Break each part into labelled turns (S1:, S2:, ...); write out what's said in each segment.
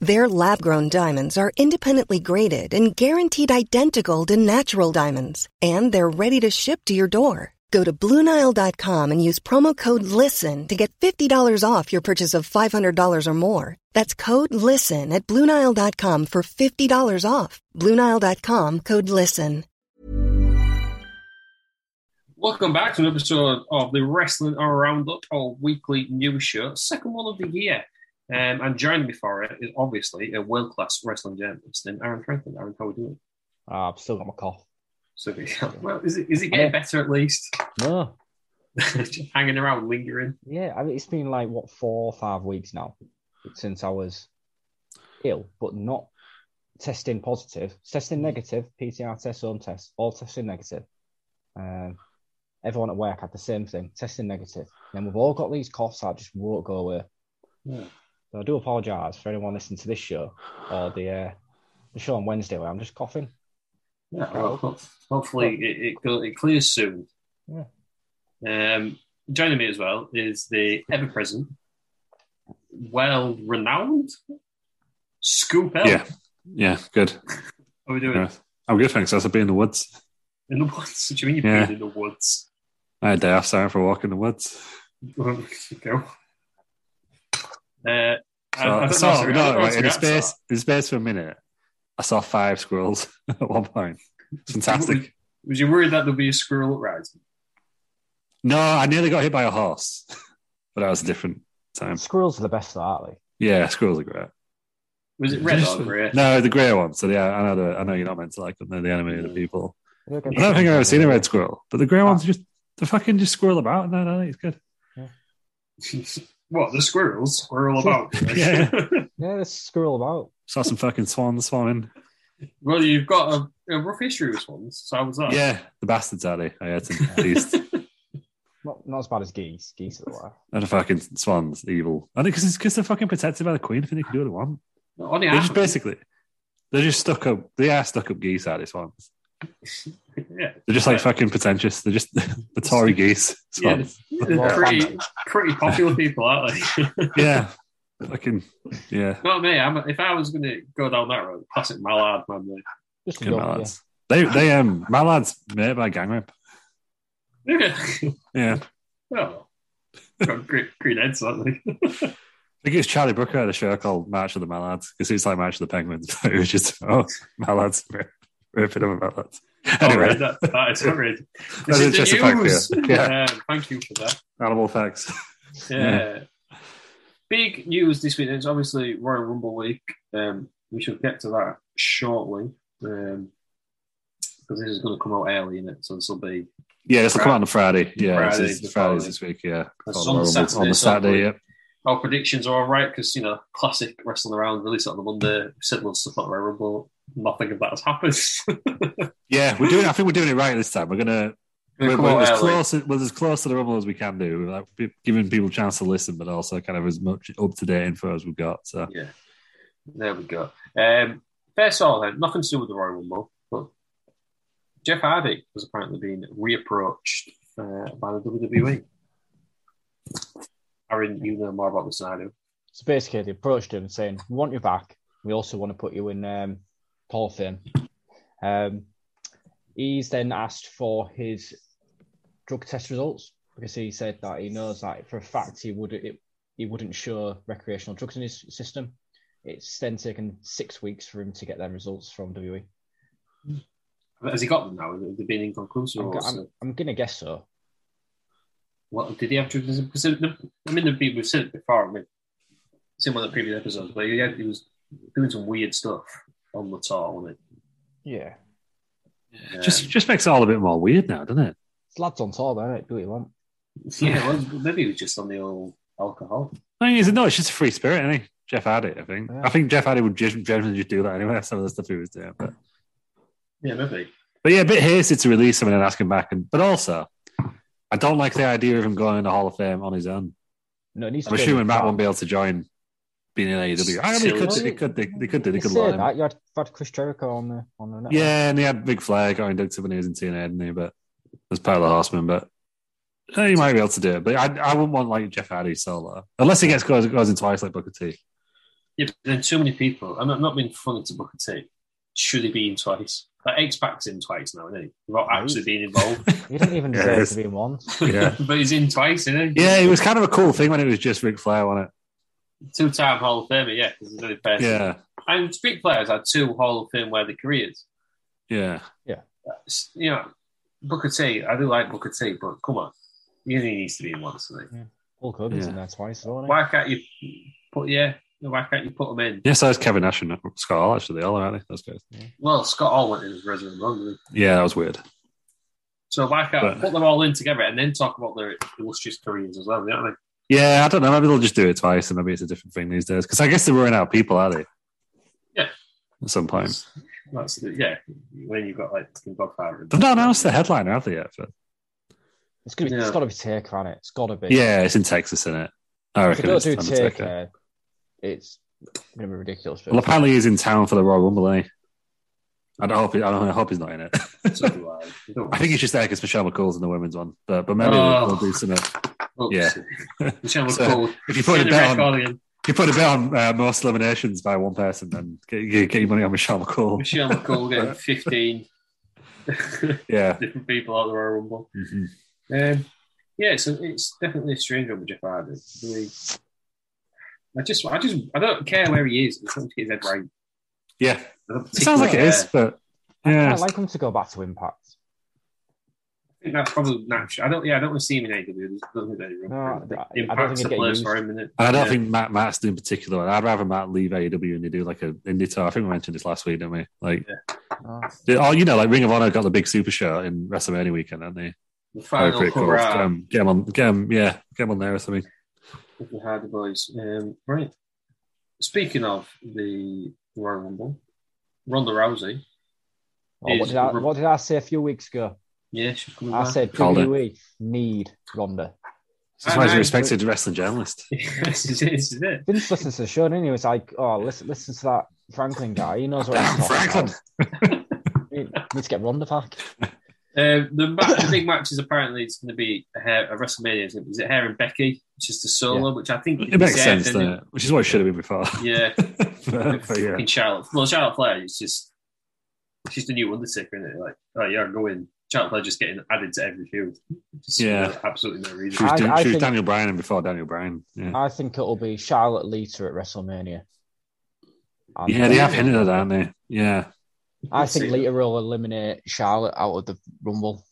S1: Their lab grown diamonds are independently graded and guaranteed identical to natural diamonds, and they're ready to ship to your door. Go to BlueNile.com and use promo code LISTEN to get $50 off your purchase of $500 or more. That's code LISTEN at BlueNile.com for $50 off. BlueNile.com code LISTEN.
S2: Welcome back to an episode of the Wrestling Hour Roundup, our weekly news show, second one of the year. Um, and joining me for it is obviously a world class wrestling journalist named Aaron Franklin. Aaron, how are we doing?
S3: Ah, I've still got my cough.
S2: So, well, is it, is it getting better at least?
S3: No.
S2: Just hanging around, lingering.
S3: Yeah, I mean, it's been like, what, four or five weeks now since I was ill, but not testing positive. It's
S4: Mm.
S3: Testing negative, PCR test, home test, all testing negative. Um, everyone at work had the same thing, testing negative. And we've all got these coughs that just won't go away.
S2: Yeah.
S3: So I do apologise for anyone listening to this show or the, uh, the show on Wednesday where I'm just coughing.
S2: Yeah, well, ho- hopefully it, it, go- it clears soon.
S3: Yeah.
S2: Um, joining me as well is the ever present, well renowned Scoop L.
S4: Yeah. Yeah, good.
S2: How are we doing?
S4: Yeah. I'm good, thanks. That's a bee in the woods.
S2: In the woods? What do you mean you've
S4: Yeah.
S2: been in the woods?
S4: I had a day off, sorry, for a walk in the woods.
S2: Go. Uh,
S4: So, I, saw, no, right, in, the space, in the space for a minute, I saw five squirrels at one point. It's fantastic.
S2: Was you worried that there'd be a squirrel uprising?
S4: No, I nearly got hit by a horse, but that was a different time.
S3: Squirrels are the best, aren't they?
S4: Yeah, squirrels are great.
S2: Was it red or
S4: Just-
S2: grey?
S4: No, the grey ones. So yeah, I know, the, I know you're not meant to like them. They're the enemy of the people.
S3: I
S4: I don't think I've ever seen a red squirrel, but the grey
S2: Ah.
S4: ones just, they fucking just squirrel about. No, no, no, it's good.
S2: what, the squirrels? Squirrel about.
S4: Yeah.
S3: Yeah, there's squirrel about.
S4: Saw some fucking swans swanning.
S2: well, you've got a, a rough history with swans, so how was that?
S4: Yeah, the bastards are they. I had some beast.
S3: Not, not as bad as geese. Geese are the worst.
S4: And the fucking swans, evil. I think because because they're fucking protected by the queen. I think they can do what they want.
S2: No, on the
S4: They're just
S2: island.
S4: basically they're just stuck up. They are stuck up geese. Are these swans?
S2: Yeah.
S4: They're just like
S2: Yeah.
S4: fucking pretentious. They're just the Tory geese.
S2: Yeah,
S4: Swans.
S2: they're pretty, pretty popular people, aren't they?
S4: Yeah. Fucking yeah.
S2: Not me. I'm, if I was going to go down that road, classic Mallard, man. mate.
S3: Just a
S4: Fucking
S3: dog, yeah.
S4: mallards. They they um mallards made by gang rape.
S2: Yeah.
S4: Yeah. I
S2: Oh, well, got green, green heads, aren't they?
S4: think it was Charlie Brooker had a show called March of the Mallards because it's like March of the Penguins. But it was just oh mallards rip- ripping over mallards. Anyway,
S2: Alright, that, that is horrid. This
S4: is
S2: is
S4: just
S2: Oh, the
S4: a fact,
S2: news.
S4: yeah.
S2: Uh, thank you for that.
S4: animal facts.
S2: Yeah. Big news this week is obviously Royal Rumble week. Um, we shall get to that shortly um, because this is going to come out early in it, so this will be
S4: Yeah, this will come out on Friday. Yeah,
S2: Friday,
S4: this
S2: the
S4: is Friday's
S2: following.
S4: this week. Yeah,
S2: That's
S4: Follow
S2: on
S4: Rumble.
S2: Saturday,
S4: On the
S2: so
S4: Saturday,
S2: we-
S4: yep.
S2: our predictions are all right because you know classic wrestling around release it on the Monday. We said lots of stuff at Royal Rumble. Nothing of that has happened.
S4: Yeah, we're doing. I think we're doing it right this time. We're gonna.
S2: They
S4: We're,
S2: come
S4: we're
S2: out
S4: as
S2: early.
S4: close. We're as close to the rumble as we can do. Like be- giving people a chance to listen, but also kind of as much up to date info as we've got. So
S2: Yeah, there we go. Um, first of all, then nothing to do with the Royal Rumble, but Jeff Hardy has apparently been reapproached uh, by the WWE. Aaron, you know more about this than I do.
S3: So basically, they approached him saying, "We want you back. We also want to put you in um, Hall of Fame." Um, he's then asked for his drug test results because he said that he knows that for a fact he would it, he wouldn't show recreational drugs in his system. E. It's then taken six weeks for him to get them results from WWE.
S2: Has he got them now? Have they been inconclusive?
S3: I'm,
S2: Or
S3: go-
S2: what's
S3: I'm,
S2: it?
S3: I'm gonna guess so.
S2: Well, did he have drugs? Because the- I mean, there'd be, we've seen it before. I mean, seen one of the previous episodes, but he, had, he was doing some weird stuff on the tour. Wasn't
S3: Yeah,
S2: he?
S4: Just just makes it all a bit more weird now, doesn't it?
S3: it's lads on tour, though. innit? Do what you want.
S2: Um, yeah, well, maybe he was just on the old alcohol.
S4: I mean, he's no, it's just a free spirit, isn't he? Jeff Hardy, I think.
S3: Yeah.
S4: I think Jeff Hardy would just generally just do that anyway. Some of the stuff he was doing, but
S2: Yeah, maybe.
S4: But yeah, a bit hasty to release him and then ask him back. And but also, I don't like the idea of him going in the Hall of Fame on his own.
S3: No, it needs
S4: I'm
S3: to be
S4: assuming
S3: on
S4: Matt
S3: the
S4: won't be able to join being in AEW. I mean, they could, they could, they, they could do, they
S3: You
S4: could
S3: say
S4: line
S3: that
S4: him.
S3: you had, had Chris Jericho on the on the network.
S4: Yeah, and he had Big Flair got inducted when he was in TNA, didn't he? But as part of the Horseman, but eh, he might be able to do it. But I, I wouldn't want like Jeff Hardy solo unless he gets goes, goes in twice like Booker T.
S2: Yeah, but then too many people. I'm not, not being funny to Booker T. Should he be in twice? Like X Pac's in twice now, isn't he? Without actually being involved.
S3: He didn't even
S4: Yeah,
S3: deserve
S4: it's-
S3: to be in one.
S4: Yeah.
S2: but he's in twice, isn't he?
S4: Yeah, it was kind of a cool thing when it was just Ric Flair on it.
S2: Two time Hall of Famer, yeah, because he's the only person.
S4: Yeah,
S2: And street players had two Hall of Fame worthy careers.
S4: yeah.
S2: It's- You know, Booker T, I do like Booker T, but come on. He only needs to be in once, doesn't he?
S3: Hulk Hogan's in
S4: Yeah.
S3: there twice, though.
S2: Why can't you put, yeah, why can't you put him in?
S4: Yeah, so it's Kevin Nash and Scott Hall actually. They all are, aren't they? Those guys.
S2: Well, Scott Hall went in as Resident Evil.
S4: Yeah, that was weird.
S2: So why can't
S4: But-
S2: put them all in together and then talk about their illustrious careers as well, you know what I mean?
S4: Yeah, I don't know. Maybe they'll just do it twice, and maybe it's a different thing these days. Because I guess they're running out of people, are they?
S2: Yeah.
S4: At some point,
S2: That's the, yeah. When you've got like fucking Godfather.
S4: they've not announced the headliner, have they yet? But
S3: It's gonna be.
S2: Yeah.
S3: It's gotta be Taker on it. It's gotta be.
S4: yeah, it's in Texas, isn't it? I
S3: If they
S4: reckon
S3: don't
S4: it's
S3: do
S4: Undertaker.
S3: Taker, it's gonna be ridiculous.
S4: Well, apparently he's in town for the Royal Rumble, isn't he? I don't hope. He, I don't I hope he's not in it.
S2: So do I. You don't-
S4: I think he's just there because Michelle McCool's in the women's one, but but maybe
S2: Oh.
S4: they'll, they'll do something.
S2: Oops.
S4: yeah.
S2: Michelle
S4: So,
S2: McCool.
S4: if you put
S2: Get the
S4: it down-
S2: record in.
S4: If you put a bet on uh, most eliminations by one person, then get, get, get your money on Michelle McCool.
S2: Michelle McCool getting 15
S4: Yeah.
S2: different people out of the Royal Rumble.
S4: Mhm.
S2: Um, yeah, so it's definitely a strange one with Jeff Hardy. Really. I just, I just, I don't care where he is. I just want to get his head right.
S4: Yeah.
S2: I don't
S4: It sounds like it
S2: particularly
S4: is,
S2: care.
S4: but yeah,
S3: I'd like him to go back to Impact.
S2: I think that's probably natural. I don't, yeah, I don't want to see him in AEW. There's nothing there.
S3: No, I- I don't think
S2: Impact's
S3: he'd
S2: the
S3: get
S2: place
S3: used.
S2: for him, isn't it?
S4: And I don't
S2: Yeah.
S4: think Matt Matt's in particular. I'd rather Matt leave AEW and they do like an indie tour. I think we mentioned this last week, didn't we? Like,
S3: No.
S4: they- oh, you know, like Ring of Honor got the big super show in WrestleMania weekend, didn't they?
S2: the
S4: That was
S2: final cover
S4: Get
S2: out
S4: 'em- Um, get 'em on, get 'em- yeah, get 'em on there or something.
S2: with the Hardy Boys. Um, right. Speaking of the Royal Rumble, Ronda Rousey.
S3: Well, what,
S2: Is- Uh-huh.
S3: did I, what did I say a few weeks ago?
S2: Yeah, she's coming
S3: I
S2: back.
S3: said
S4: Called it.
S3: WWE need Ronda.
S4: She's
S2: I
S4: why she's a
S2: know.
S4: respected wrestling journalist.
S2: this is it. This is it.
S3: Vince listens to the show, and he was like, "Oh, listen, listen to that Franklin guy. He knows what he's
S4: Damn,
S3: talking about."
S4: Franklin."
S3: We Need to get Ronda back.
S2: Um, the, ma- the big match is apparently it's going to be a, hair, a WrestleMania. Isn't it? Is it Hair and Becky? It's just a solo, which I think
S4: It makes
S2: deserved,
S4: sense,
S2: didn't
S4: doesn't it? Which is what it should have been before.
S2: Yeah,
S4: but, but yeah.
S2: fucking Charlotte. Well, Charlotte Flair is just she's the new Undertaker, isn't it? Like, oh, you're going. Charlotte Flair just getting added to every feud. Just for
S4: Yeah.
S2: absolutely no
S4: She
S2: reason.
S4: was,
S3: I-
S4: doing,
S3: I
S4: she was
S3: think-
S4: Daniel Bryan and before Daniel Bryan. Yeah,
S3: I think it'll be Charlotte Lita at WrestleMania. And
S4: yeah they have hinted at that, haven't they? Yeah.
S3: I
S2: See
S3: think
S2: that.
S3: Lita will eliminate Charlotte out of the Rumble.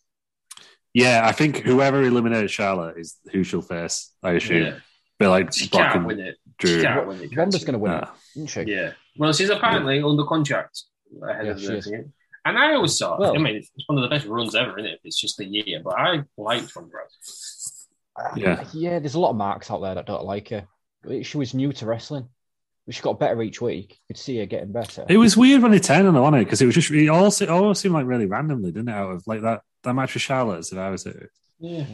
S4: Yeah, I think whoever eliminated Charlotte is who she'll face, I assume.
S2: Yeah.
S4: They're like
S2: She
S4: Brock
S2: can't
S4: and
S2: win it.
S4: Drew.
S2: She can't win it. can
S3: Ronda's
S2: she?
S3: going to win, it,
S4: Ah.
S3: isn't she?
S2: Yeah. Well, she's apparently under contract ahead
S3: Yeah,
S2: of
S3: she
S2: the
S3: is.
S2: thing. And I always thought, I
S3: Well-
S2: mean, it's one of the best runs ever, isn't it? It's just a year, but I liked Ronda Rousey.
S3: Uh,
S4: Yeah.
S3: yeah, there's a lot of marks out there that don't like her. She was new to wrestling, but she got better each week. You could see her getting better.
S4: It was weird when they turned on her, wasn't it? Because it was just it all, se- it all seemed like really randomly, didn't it? Out of like that that match with Charlotte, so I was
S2: Yeah.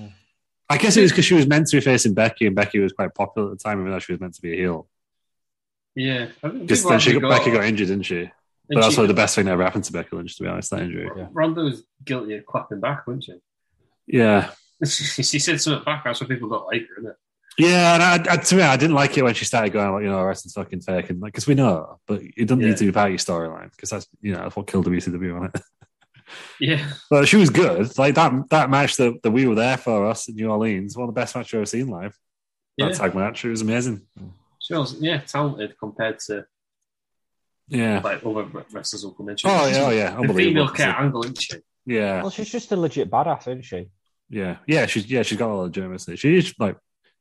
S4: I guess it was because she was meant to be facing Becky, and Becky was quite popular at the time, even though she was meant to be a heel.
S2: Yeah. I think
S4: Because
S2: people
S4: then she
S2: actually
S4: got, Becky got injured, didn't she? But
S2: and
S4: that's
S2: she-
S4: probably the best thing that ever happened to Becky Lynch, to be honest. That injury.
S3: Yeah.
S2: Ronda was guilty of clapping back, wasn't she?
S4: Yeah,
S2: she said something back, that's why people don't like her, isn't it?
S4: yeah. And I, I, to me, I didn't like it when she started going, like, you know, wrestling's fucking fake, and like, because we know, but it doesn't
S2: Yeah.
S4: need to be part of your storyline, because that's you know that's what killed WCW on it.
S2: Yeah.
S4: But she was good. Like that that match that, that we were there for us in New Orleans, one of the best matches I've ever seen live.
S2: Yeah.
S4: That tag match, it was amazing.
S2: She was, yeah, talented compared to
S4: Yeah.
S2: Like other wrestlers will come in.
S4: Oh yeah, oh yeah,
S2: The female
S4: unbelievable.
S2: cat angle, isn't she?
S4: Yeah,
S3: Well, she's just a legit badass, isn't she?
S4: yeah, yeah. She's yeah, she's got a lot of legitimacy. She is like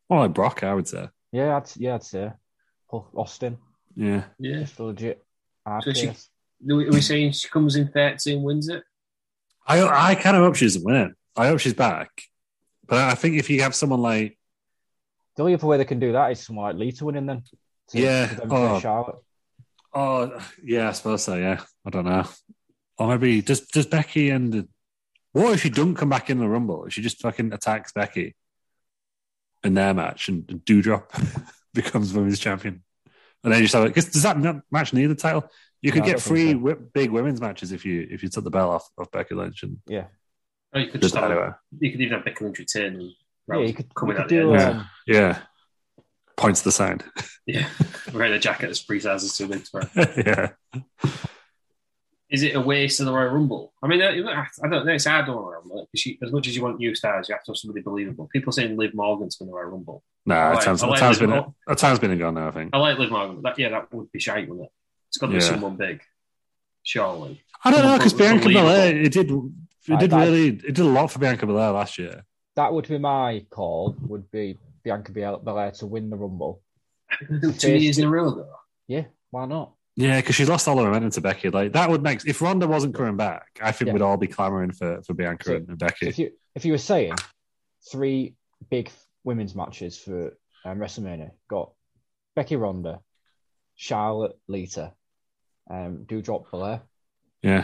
S4: more like Brock, I would say.
S3: Yeah, I'd, yeah, I'd say. Or Austin,
S4: Yeah,
S2: Yeah.
S3: just a legit hard
S2: So she-
S3: case.
S2: Are we are we saying she comes in 13 wins it?
S4: I I kind of hope she doesn't win it. I hope she's back, but I think if you have someone like
S3: The only other way they can do that is someone like Lita winning then. To-
S4: Yeah,
S3: to them
S4: oh.
S3: for Charlotte.
S4: oh yeah, I suppose so. Yeah, I don't know, or maybe does does Becky and what if she don't come back in the Rumble? If she just fucking attacks Becky in their match and Doudrop becomes women's champion, and then you just have it. Because does that not- match need the title? You could
S3: No, I
S4: get
S3: don't think
S4: three
S3: so.
S4: wi- big women's matches if you if you took the belt off of Becky Lynch and
S3: Yeah.
S2: Or Oh, you could
S4: just
S2: just
S4: out
S2: have,
S4: of her.
S2: you could even have Becky Lynch return and
S3: Yeah,
S2: Rousey
S3: you could,
S2: come in
S3: you could
S2: at the
S3: do
S2: end.
S4: Yeah.
S3: um,
S4: Yeah, points to the side.
S2: Yeah. Wearing a jacket that's three sizes too big to wear.
S4: yeah.
S2: Is it a waste of the Royal Rumble? I mean, I I don't know. It's hard on Royal Rumble. 'cause you- as much as you want new stars, you have to have somebody believable. People saying Liv Morgan's going to Royal Rumble.
S4: No,
S2: Right,
S4: a time's,
S2: I'll
S4: a
S2: let
S4: time's
S2: Liv
S4: been
S2: go.
S4: a time's been and gone now. I think.
S2: I like Liv Morgan, but that, yeah, that would be shite, wouldn't it? It's got to be
S4: Yeah.
S2: someone big, surely.
S4: I don't know because Bianca
S2: Unbelievable.
S4: Belair it did it
S3: I-
S4: did
S3: I-
S4: really it did a lot for Bianca Belair last year.
S3: that would be my call, would be Bianca Bel- Belair to win the Rumble.
S2: Two years in a row, though.
S3: Yeah, why not?
S4: Yeah, because she lost all her momentum to Becky. Like that would make if Ronda wasn't coming back, I think
S3: Yeah.
S4: we'd all be clamoring for for Bianca
S3: So-
S4: and, and Becky.
S3: If you if you were saying three big women's matches for um, WrestleMania, got Becky Ronda, Charlotte Lita, um, Drop Belair.
S4: yeah,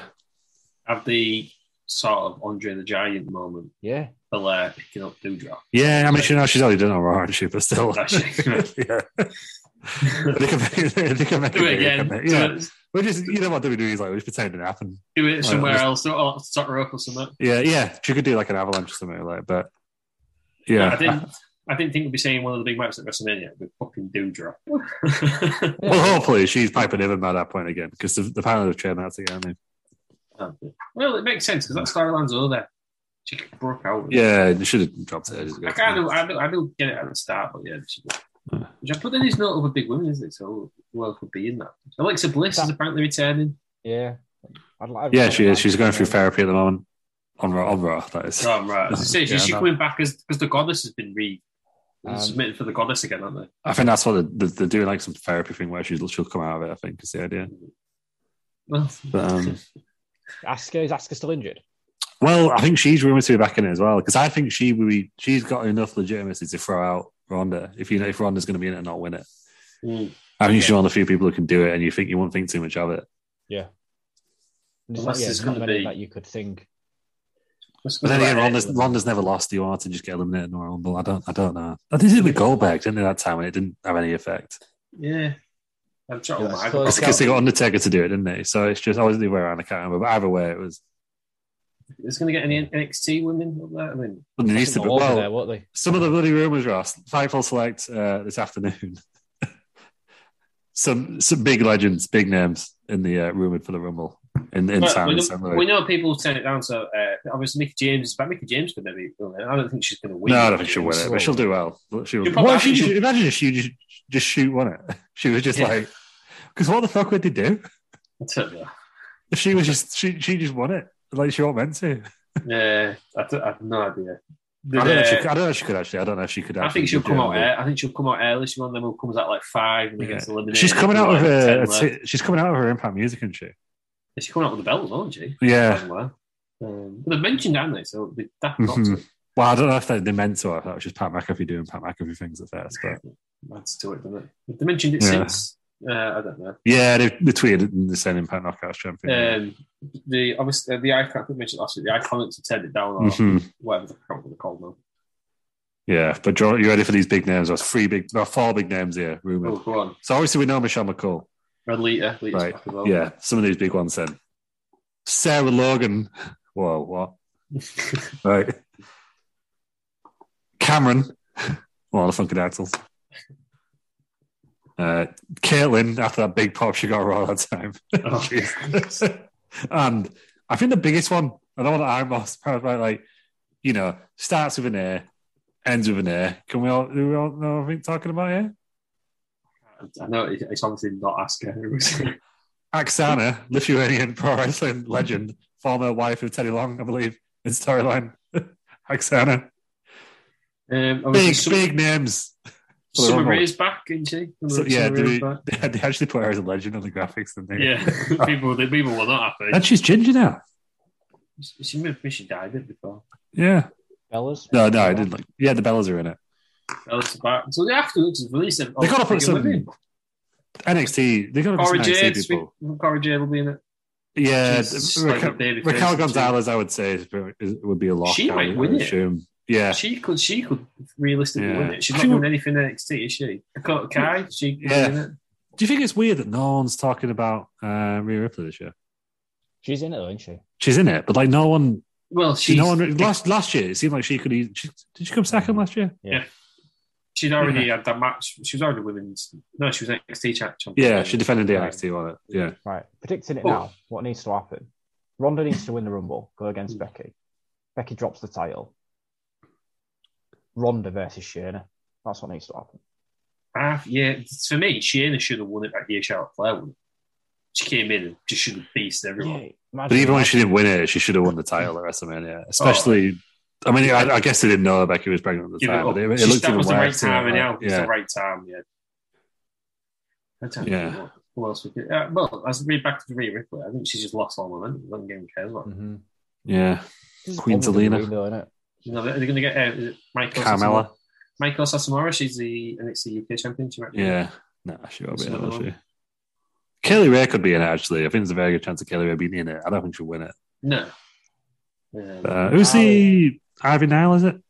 S2: Have the sort of Andre the Giant moment,
S3: Yeah,
S2: Belair picking up Doudrop.
S4: yeah. I mean, she, no, she's already done all right, hasn't she? But still,
S2: Has she?
S4: yeah. they can make, they can make
S2: Do it
S4: big, they
S2: again.
S4: can make-
S2: Do
S4: Yeah,
S2: it,
S4: we just you know what WWE is like. We just pretend it didn't happen.
S2: do it somewhere
S4: let's-
S2: else. Or sort of rope or something.
S4: Yeah, yeah. She could do like an avalanche or something like. But yeah,
S2: I didn't. I didn't think we'd be seeing one of the big matches at WrestleMania with fucking Doudrop.
S4: Well, hopefully she's piping in by that point again because the, the panel have trained that together.
S2: well, it makes sense because that storyline's over. She broke out.
S4: Yeah, they should have dropped it ages ago.
S2: I kind of, I do, I do get it at the start, but yeah. She, yeah. But then there's no other big women, is it? So who else would be in that? Alexa Bliss is apparently returning.
S3: yeah. I'd, like-
S4: yeah, she
S3: I'd
S4: is.
S3: like
S4: She's
S3: to
S4: going
S3: see
S4: through
S3: her.
S4: therapy at the moment on Raw. On Raw that is.
S2: Right, Oh, right. As I say, she,
S4: Yeah,
S2: she
S4: no.
S2: coming back because the goddess has been re
S3: Um,
S2: submitted for the goddess again, aren't they?
S4: I think that's what they're, they're doing, like some therapy thing where she's, she'll come out of it. I think is the idea.
S2: Well,
S4: But, um,
S3: Asuka is Asuka still injured?
S4: Well, I think she's rumored to be back in it as well because I think she would be. She's got enough legitimacy to throw out Ronda if you know if Ronda's going to be in it and not win it.
S2: mm.
S4: I think she's one of the few people who can do it, and you think you won't think too much of it.
S3: And There's
S2: Unless
S3: not,
S2: there's
S3: yeah, there's not
S2: gonna
S3: many
S2: be-
S3: that you could think.
S4: But then again, Ronda's, Ronda's never lost. Do you want her to just get eliminated in the Royal Rumble? I don't. I don't know. I did it with Goldberg, didn't they? That time, and it didn't have any effect.
S2: Yeah. I'm trying
S3: Yeah,
S2: to
S3: I
S2: mind.
S3: suppose-
S4: It's because they got Undertaker to do it, didn't they? So it's just I was the way around. I can't remember. But either way, it was.
S2: Is going to get any NXT women up there? I mean,
S4: Well, there needs to be.
S3: All over there,
S4: Well,
S3: weren't they?
S4: some of the bloody rumors, Ross. Fightful Select uh, this afternoon. some some big legends, big names in the uh, rumored for the Rumble in in
S2: Well,
S4: San,
S2: we,
S4: San
S2: know,
S4: Luis.
S2: we know people turn it down. So uh, obviously, Mickey James is back. Mickey James could maybe. I don't think she's going to win.
S4: No, I don't think she'll win it, but she'll do well. She'll,
S2: You'll probably-
S4: what if she, just- imagine if she just, just shoot won it. She was just
S2: Yeah.
S4: like, because what the fuck would they do?
S2: I don't know.
S4: She was just she she just won it like she wasn't meant to.
S2: Yeah, I, don't- I have no idea. The-
S4: I don't know. If she,
S2: uh,
S4: I don't know if she could actually. I don't know if she could.
S2: I
S4: Actually
S2: think she'll
S4: do
S2: come
S4: it.
S2: out. Ear- I think she'll come out early. She's one of them who comes out like five and
S4: Yeah.
S2: gets eliminated.
S4: She's coming out with
S2: Like,
S4: her.
S2: 10 left.
S4: She's coming out of her Impact Music, isn't she?
S2: She's coming out with the belt, isn't she?
S4: Yeah.
S2: Somewhere. Um, but they've mentioned, haven't they? So they have got
S4: Mhm.
S2: to.
S4: Well, I don't know if they, they meant to. Or if that was just Pat McAfee doing Pat McAfee things at first, but
S2: That's to it, doesn't it? They mentioned it
S4: Yeah.
S2: since. Uh, I don't know.
S4: yeah, they, they tweeted it and they said Impact Knockouts champion.
S2: Um, the obviously uh, the icon I think I mentioned last week. The iconics have turned it down or
S4: Mhm.
S2: whatever the hell they're called now.
S4: Yeah, but John, you ready for these big names? There's three big, there are four big names here. Rumored.
S2: Oh, go on.
S4: So obviously we know Michelle McCool.
S2: Red Lita, Lita's
S4: Right.
S2: back as well.
S4: Yeah, some of these big ones then. Sarah Logan. Whoa, what? right. Cameron. Well, the Funky Dactyls. Uh, Caitlin, after that big pop she got raw that time.
S2: Oh.
S4: Jeez. and I think the biggest one, and the one that I'm most proud about, like, you know, starts with an A, ends with an A. Can we all, do we all know what I'm talking about here?
S2: um, I know it- it's obviously not Asuka.
S4: Aksana, Lithuanian pro wrestling legend, former wife of Teddy Long, I believe, in storyline. Aksana.
S2: Um, obviously,
S4: Big,
S2: Sum-
S4: big names. for the
S2: Summer
S4: Rumble.
S2: Rae's back, isn't she?
S4: So,
S2: Summer-
S4: yeah,
S2: Summer
S4: they,
S2: Rae's back.
S4: they, they actually put her as a legend on the graphics, didn't they?
S2: Yeah, people, the people were not
S4: And
S2: happy.
S4: she's ginger now.
S2: She, maybe she died it before.
S4: Yeah.
S3: Bella's.
S4: No, no, I didn't like. Yeah, the Bellas are in it.
S2: Alice back. So they have to release it.
S4: They gotta put
S2: Bigger
S4: some-
S2: women.
S4: NXT. They got to be some
S2: Cora
S4: NXT
S2: Jade.
S4: people.
S2: sweet- Cora Jade will be in it.
S4: Yeah,
S2: She's just like
S4: Uh, Raquel,
S2: a baby
S4: Raquel
S2: face,
S4: Gonzalez, I would say, is, is, would be a lock.
S2: She
S4: I
S2: might
S4: would- I
S2: win
S4: would
S2: it.
S4: assume. Yeah,
S2: She could. She could realistically
S4: Yeah.
S2: win it. She's not
S4: She
S2: doing
S4: would-
S2: anything in NXT, is she? Dakota Kai. She could
S4: Yeah.
S2: win it.
S4: Do you think it's weird that no one's talking about uh, Rhea Ripley this year?
S3: She's in it, though, isn't she?
S4: She's in it, but like no one,
S2: Well,
S4: she,
S2: she's
S4: no one. Last last year, it seemed like she could. Eat, she, did she come second last year?
S2: she'd already had that match. She was already women's. No, she was NXT champion.
S4: Yeah, she defended the NXT on it. Yeah,
S3: Right. Predicting it
S2: Oh.
S3: now, what needs to happen? Ronda needs to win the Rumble, go against
S4: Hmm.
S3: Becky. Becky drops the title. Ronda versus Shayna. That's what needs to happen.
S2: Ah, yeah. For me, Shayna should have won it that year. Charlotte Flair won it. She came in and just should have beaten everyone.
S4: but even when she didn't win it, she should have won the title at WrestleMania. Especially, I mean, I, I guess they didn't know Becky was pregnant at the
S2: Give it
S4: time,
S2: up.
S4: but it, it
S2: She-
S4: looked
S2: that
S4: even
S2: was the right
S4: worse, you know,
S2: time, and now
S4: like,
S2: it's
S4: yeah.
S2: the right time. Yeah. I'm trying to
S4: Yeah.
S2: think what- Who else we could? Uh, well, as read back to Rhea Ripley, I think she's just lost all momentum. Doesn't give a care about. it.
S3: Mhm.
S4: yeah,
S3: This is
S4: Queen
S3: probably
S4: Zelina.
S3: the window, innit?
S2: You know, they're going to get uh, is it Michael
S4: Carmella.
S2: Sasamora? Michael Sasamora, she's the NXT UK champion. She might be-
S4: Yeah. Nah, she won't be in it,
S2: Another
S4: will
S2: one.
S4: she? Kelly Ray could be in it, actually. I think there's a very good chance of Kelly Ray being in it. I don't think she'll win it.
S2: No. Um,
S4: Uh, who's the Ivy Nile, is it?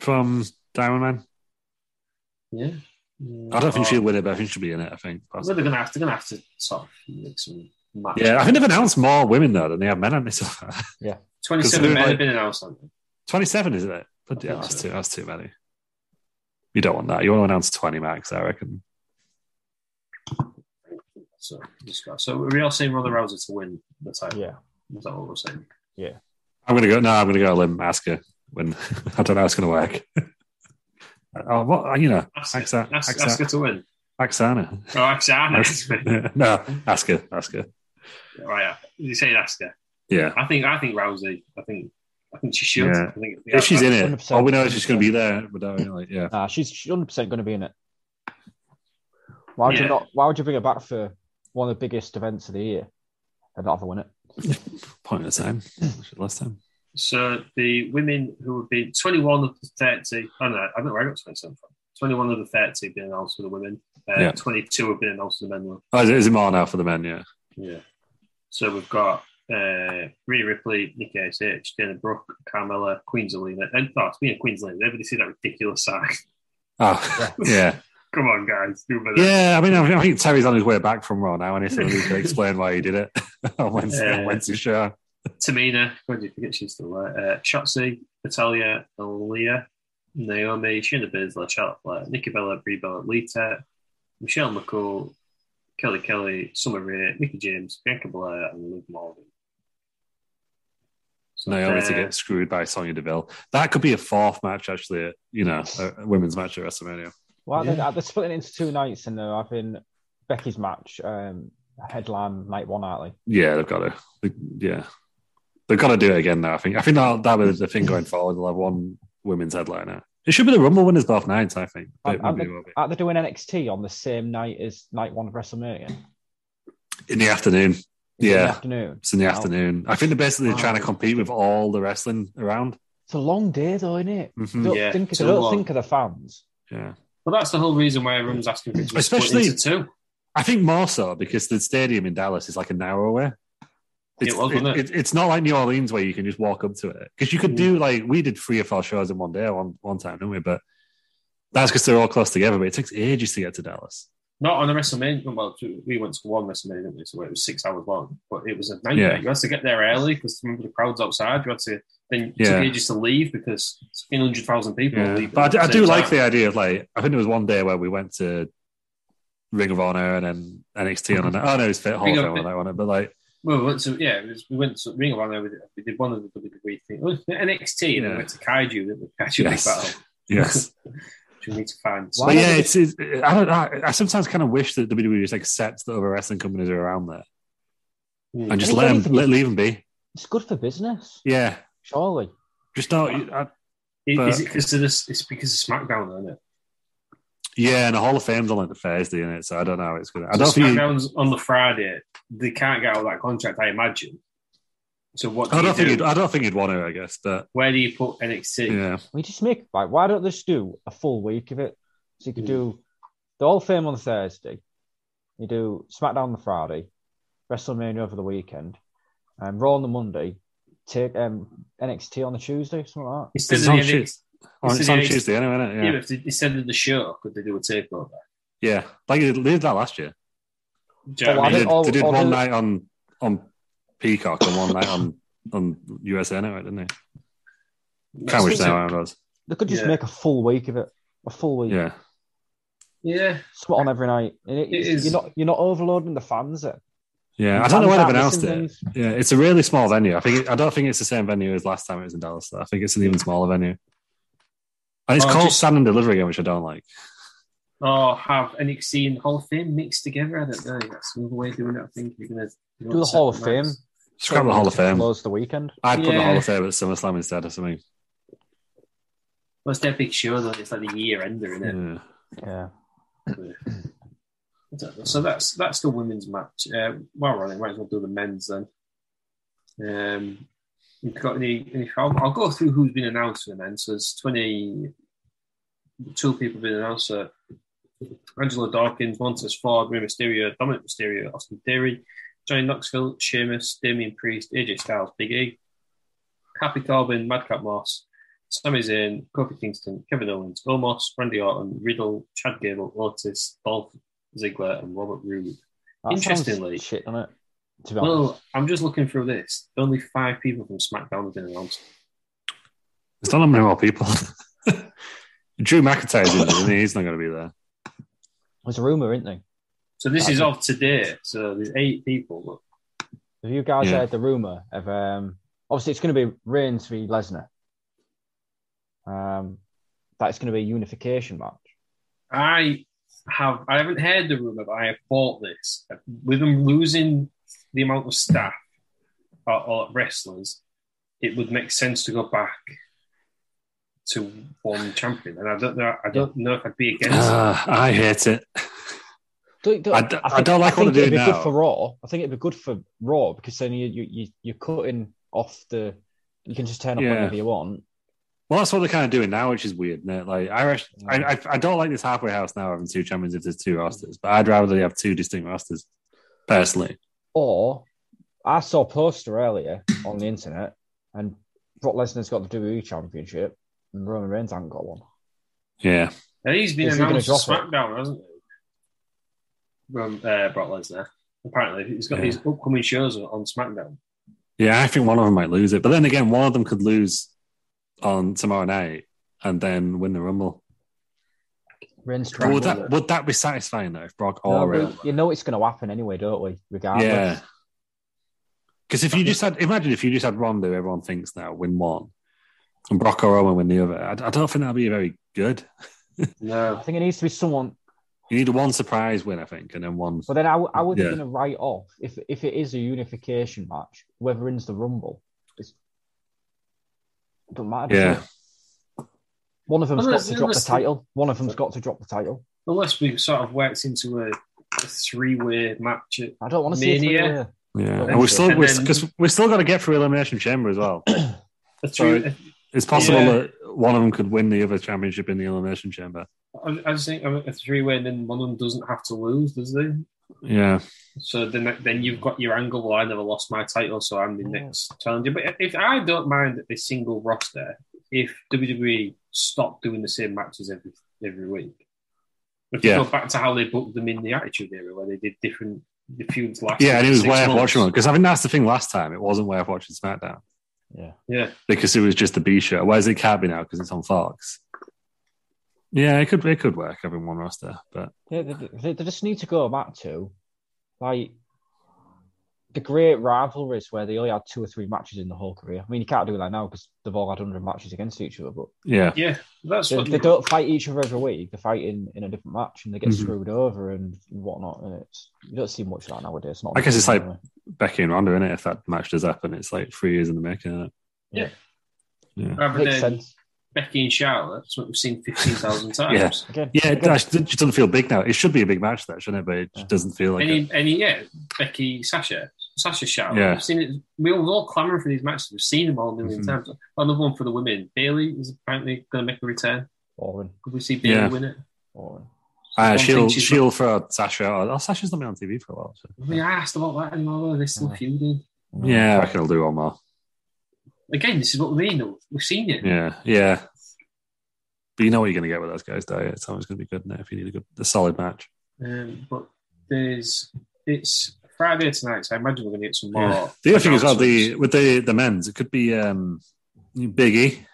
S4: From Diamond Man?
S2: yeah.
S4: I don't think
S2: Oh.
S4: she'll win it, but I think she'll be in it, I think.
S2: So they're gonna have to, gonna have to sort of make some match.
S4: Yeah, I think they've announced more women, though, than they have men on this. 'Cause
S2: twenty-seven
S4: they're
S2: men
S4: like-
S2: have been announced. haven't they?
S4: 27, isn't it? But yeah,
S2: think
S4: that's,
S2: so.
S4: too, that's too many. You don't want that. You want to announce 20 max, I reckon.
S2: So, just got- so we're all saying Ronda Rousey to win the title.
S3: Yeah.
S2: Is that what we're saying?
S4: I'm gonna go. No, I'm gonna go. Let him ask her when I don't know how it's gonna work. oh, what you know,
S2: Ask,
S4: Ask
S2: her,
S4: that.
S2: ask,
S4: Ask
S2: ask her
S4: that.
S2: to win.
S4: Axana.
S2: Oh, Axana.
S4: no, ask her. Ask her.
S2: right, Oh, you say ask her.
S4: Yeah.
S2: I think, I think Rousey. I think, I think she should.
S4: Yeah.
S2: I think,
S4: if she's in it,
S3: 100%.
S4: all we know is she's going to be there. But uh, like, yeah,
S3: Nah, she's 100% going to be in it. Why would
S2: Yeah.
S3: you not? Why would you bring her back for one of the biggest events of the year and not have her win it?
S4: point of the time, last time.
S2: So the women who have been 21 of the 30, oh no, I don't know where I got 27 from. 21 of the 30 have been announced for the women. Uh,
S4: Yeah.
S2: 22 have been announced for the men.
S4: Oh, is it, is it more now for the men? Yeah,
S2: Yeah. So we've got uh, Rhea Ripley, Nikki ASH, Dana Brooke, Carmella, Queen Zelina. And oh, it's being Queen Zelina. Everybody see that ridiculous sign.
S4: oh, yeah,
S2: Come on, guys, do better.
S4: yeah. I mean, I think- I think Terry's on his way back from Raw now, and he's going to explain why he did it on Wednesday, on
S2: Yeah.
S4: Wednesday show.
S2: Tamina, God, you forget she's still there. Uh, Shotzi, Natalia, Aaliyah, Naomi, Shayna Baszler, Charlotte Flair, Nikki Bella, Brie Bella, Lita, Michelle McCool, Kelly Kelly, Summer Rae, Mickey James, Bianca Blair, and Liv Morgan. Uh, So
S4: Naomi to
S2: there-
S4: get screwed by Sonya Deville. That could be a fourth match, actually. You know, a a women's match at WrestleMania.
S3: Why are
S2: Yeah.
S3: they, they're splitting it into two nights and they're having Becky's match um, headline night one, aren't
S4: Yeah, they've got to. yeah, they've got to do it again now. I think. I think that that was the thing going forward. They'll have one women's headliner. It should be the Rumble winners both nights. I think.
S3: they?
S4: It
S3: Aren't, aren't,
S4: maybe
S3: they,
S4: will be.
S3: aren't they doing NXT on the same night as night one of WrestleMania? Is
S4: in the afternoon.
S3: it in the
S4: Yeah,
S3: afternoon.
S4: it's in the
S3: Wow.
S4: afternoon. I think they're basically
S3: Wow.
S4: trying to compete with all the wrestling around.
S3: It's a long day, though, isn't it?
S4: Mhm.
S3: Don't,
S2: Yeah,
S3: think,
S2: too
S3: they don't
S2: long.
S3: think of the fans.
S4: Yeah,
S2: Well, that's the whole reason why everyone's asking for it to be
S4: Especially-
S2: split into two.
S4: I think more so because the stadium in Dallas is like an hour away.
S2: It
S4: It's,
S2: was,
S4: it,
S2: wasn't it? Mm.
S4: it- it's not like New Orleans where you can just walk up to it because you could do like we did three or four shows in one day one one time, didn't we? But that's because they're all close together. But it takes ages to get to Dallas.
S2: Not on a WrestleMania. Well, we went to one WrestleMania, didn't we? So it was six hours long, but it was a nightmare.
S4: Yeah.
S2: You had to get there early because remember the crowds outside. You had to then
S4: Yeah.
S2: yeah. took ages to leave because fifteen hundred thousand people. were leaving
S4: But I,
S2: at
S4: do- I
S2: the
S4: do
S2: same
S4: like
S2: time.
S4: the idea of like I think there was one day where we went to Ring of Honor and then NXT on. Oh no, it's Fit Hall
S2: Mm-hmm. Ring of-
S4: Fame on that one, but like
S2: Well, we went to yeah, it was, we went to Ring of Honor. We did, we did one of the WWE thing. Oh, NXT, and then
S4: Yeah.
S2: we went to Kaiju. Didn't we? Kaiju Big
S4: Yes.
S2: Battle.
S4: yes.
S2: Which we need to find.
S3: Why
S4: But
S3: don't
S4: yeah,
S3: they
S4: E it's, it's I don't know. I sometimes kind of wish that WWE just accepts that other wrestling companies are around there
S2: Mm.
S4: and just
S3: If
S4: let him
S3: anything-
S4: let, leave him be.
S3: It's good for business,
S4: Yeah,
S3: surely.
S4: just don't. I,
S2: Is,
S4: But-
S2: is it because of this? It's because of SmackDown, isn't it?
S4: yeah, and the Hall of Fame's on like the Thursday in it, so I don't know how it's gonna. I
S2: So
S4: don't think. You,
S2: SmackDown's on the Friday. They can't get out of that contract, I imagine. So what? Do
S4: I
S2: you
S4: don't think.
S2: do?
S4: He'd, I don't think he'd want to. I guess, but
S2: Where do you put NXT?
S4: yeah,
S3: We just make like why don't they just do a full week of it? So you could
S2: Mm.
S3: do the Hall of Fame on the Thursday, you do SmackDown on the Friday, WrestleMania over the weekend, and Raw on the Monday, take um, NXT on the Tuesday, something like that.
S2: Instead
S4: It's
S2: of the
S4: on
S2: NXT,
S4: on,
S2: This
S4: it's
S2: is
S4: on
S2: the-
S4: Tuesday anyway. Isn't
S2: yeah.
S4: it? Yeah,
S2: if they, instead of the show, could they do a takeover?
S4: yeah. Like they did that last year.
S2: Do you know
S3: Oh,
S2: what I
S4: They
S2: mean?
S3: I
S4: did,
S3: think all-
S4: they did
S3: all
S4: one
S3: the-
S4: night on on Peacock and one night on on USA anyway, didn't they? Can't
S2: That's-
S4: wish that how it was.
S3: They could just
S2: Yeah.
S3: make a full week of it, a full week,
S4: Yeah,
S2: Yeah,
S3: spot on every night. And it,
S2: It
S3: it's-
S2: is.
S3: You're not you're not overloading the fans. It.
S4: yeah. I
S3: The
S4: don't
S3: fans
S4: know when they've
S3: aren't
S4: announced
S3: missing
S4: it.
S3: things.
S4: Yeah, it's a really small venue. I think it, I don't think it's the same venue as last time it was in Dallas. Though. I think it's an even smaller venue. And it's
S2: Oh,
S4: called
S2: just-
S4: Stand and Delivery again, which I don't like.
S2: or have NXT and Hall of Fame mixed together. I don't know. That's another way of doing it. I think you're gonna you know,
S3: Do the Hall of
S2: separate
S3: Fame.
S2: nights.
S4: Scrap the Hall of Fame.
S3: Close the weekend.
S4: I'd put the
S2: Yeah.
S4: Hall of Fame at SummerSlam instead or something.
S2: Well, it's their big show though. It's like a year ender, isn't it?
S4: Yeah.
S3: Yeah.
S2: I don't know. So that's that's the women's match. Uh, well, running, might as well do the men's then. Um, you've got any? any I'll, I'll go through who's been announced for the men. So there's twenty two people been announced. So Angela Dawkins, Montez Ford, Rey Mysterio, Dominic Mysterio, Austin Theory, Johnny Knoxville, Sheamus, Damian Priest, AJ Styles, Big E, Happy Corbin, Madcap Moss, Sami Zayn, Kofi Kingston, Kevin Owens, Omos, Randy Orton, Riddle, Chad Gable, Otis, Dolph Ziggler, and Robert Roode.
S3: That sounds
S2: Interestingly-
S3: shit on it. To be honest,
S2: Well, I'm just looking through this. Only five people from SmackDown have been announced.
S4: There's not that many more people. Drew McIntyre's in there, isn't he? He's not going to be there.
S3: there's a rumor, isn't there?
S2: So this is of today. So there's eight people.
S3: Have you guys
S4: Yeah.
S3: heard the rumor of? um Obviously, it's going to be Reigns v Lesnar. Um, that it's going to be a unification match.
S2: But I have I haven't heard the rumor, but I have bought this. With them losing the amount of staff or, or wrestlers, it would make sense to go back to one champion. And I don't know I don't know if I'd be against it.
S4: Ah, I hate it.
S3: Don't- don't-
S4: I d- I don't like what
S3: think
S4: they do
S3: it'd be
S4: now.
S3: good for Raw. I think it'd be good for Raw because then you you you you're cutting off the. You can just turn up
S4: Yeah.
S3: whenever you want.
S4: Well, that's what they're kind of doing now, which is weird. Isn't it? Like, I, rest- I, I, I don't like this halfway house now having two champions if there's two rosters, but I'd rather they have two distinct rosters, personally.
S3: Or I saw a poster earlier on the internet, and Brock Lesnar's got the WWE Championship, and Roman Reigns hasn't got one.
S4: Yeah.
S2: Now, he's been
S3: Is he gonna
S2: announced to
S3: drop it?
S2: SmackDown, hasn't he? From uh, Brock Lesnar. Apparently, he's got
S4: Yeah.
S2: these upcoming shows on- on SmackDown.
S4: Yeah, I think one of them might lose it. But then again, one of them could lose on tomorrow night and then win the Rumble.
S3: Reigns
S4: But would,
S3: travelled.
S4: that, would that be satisfying, though, if Brock
S3: No,
S4: or
S3: but
S4: Reigns?
S3: you know it's going to happen anyway, don't we? Regardless.
S4: Yeah. Because if you just had, imagine if you just had Ronda, who everyone thinks now win one, and Brock or Roman win the other. I, I don't think that'd be very good.
S3: I
S2: No.
S3: think it needs to be someone.
S4: You need one surprise win, I think, and then one.
S3: But then I, I would
S4: Yeah.
S3: going to write off if if it is a unification match, whoever wins the rumble, it's, it don't matter. does
S4: Yeah.
S3: it? One of them's
S2: Well,
S3: got
S2: there's-
S3: to drop the
S2: there's-
S3: title. One of them's got to drop the title.
S2: Unless we sort of worked into a, a three way match. at-
S3: I don't want to see it.
S2: Mania.
S4: Yeah,
S3: And
S4: and we've
S3: so-
S4: still
S2: and
S4: we're,
S2: then-
S4: cause we've still got to get through elimination chamber as well.
S2: A three,
S4: Sorry. It's possible
S2: Yeah.
S4: that one of them could win the other championship in the elimination chamber.
S2: I, I just think a three way, and then one of them doesn't have to lose, does they?
S4: Yeah,
S2: So then, then you've got your angle. Well, I never lost my title, so I'm the
S3: Yeah.
S2: next challenger. But if I don't mind a single roster, if WWE stopped doing the same matches every every week, if you
S4: Yeah.
S2: go back to how they booked them in the Attitude Era, where they did different the feuds last.
S4: yeah, and it was
S2: six
S4: worth
S2: months.
S4: watching one because I think that's the thing. Last time it wasn't worth watching SmackDown
S3: Yeah.
S2: Yeah,
S4: because it was just the B show. Whereas it can be now because it's on Fox. Yeah, it could it could work having one roster, but
S3: Yeah, they, they, they just need to go back to like the great rivalries where they only had two or three matches in the whole career. I mean, you can't do that now because they've all had hundred matches against each other. But
S4: yeah,
S2: yeah, that's
S3: they,
S2: what
S3: they don't fight each other every week. They fight in, in a different match and they get
S4: Mhm.
S3: screwed over and whatnot. And it's you don't see much of that nowadays. Not
S4: I guess it's like- Becky and Ronda in it. If that match does happen, it's like three years in the making. Isn't it?
S2: Yeah.
S4: Yeah.
S2: Rather than
S3: Makes sense.
S2: Becky and Charlotte, that's what we've seen 15,000 times.
S3: Again,
S4: Yeah, it,
S3: again,
S4: actually, it just doesn't feel big now. It should be a big match, though, shouldn't it? But it just doesn't feel like
S2: any,
S4: it.
S2: any, yeah, Becky, Sasha, Sasha Charlotte.
S4: Yeah.
S2: We've seen it. We all, we're all clamoring for these matches. We've seen them all a 1000000
S4: Mhm.
S2: times. Another one for the women. Bailey is apparently going to make a return.
S3: boring,
S2: Could we see Bailey
S4: Yeah.
S2: win it?
S3: boring.
S4: Uh,
S2: One
S4: she'll
S2: thing she's-
S4: she'll throw Sasha out. Oh, Sasha's not been on TV for a while. So.
S2: I mean, I asked about that anymore. They're still
S3: Yeah.
S2: feuding.
S4: Yeah, I reckon I'll do one more.
S2: Again, this is what we mean. Though. We've seen it.
S4: Yeah, yeah. But you know what you're going to get with those guys, though. It's always going to be good now if you need a good, a solid match.
S2: Um, but there's it's Friday tonight, so I imagine we're going to get some more.
S4: Yeah. The other thing as well, the with the the men's, it could be um, Biggie.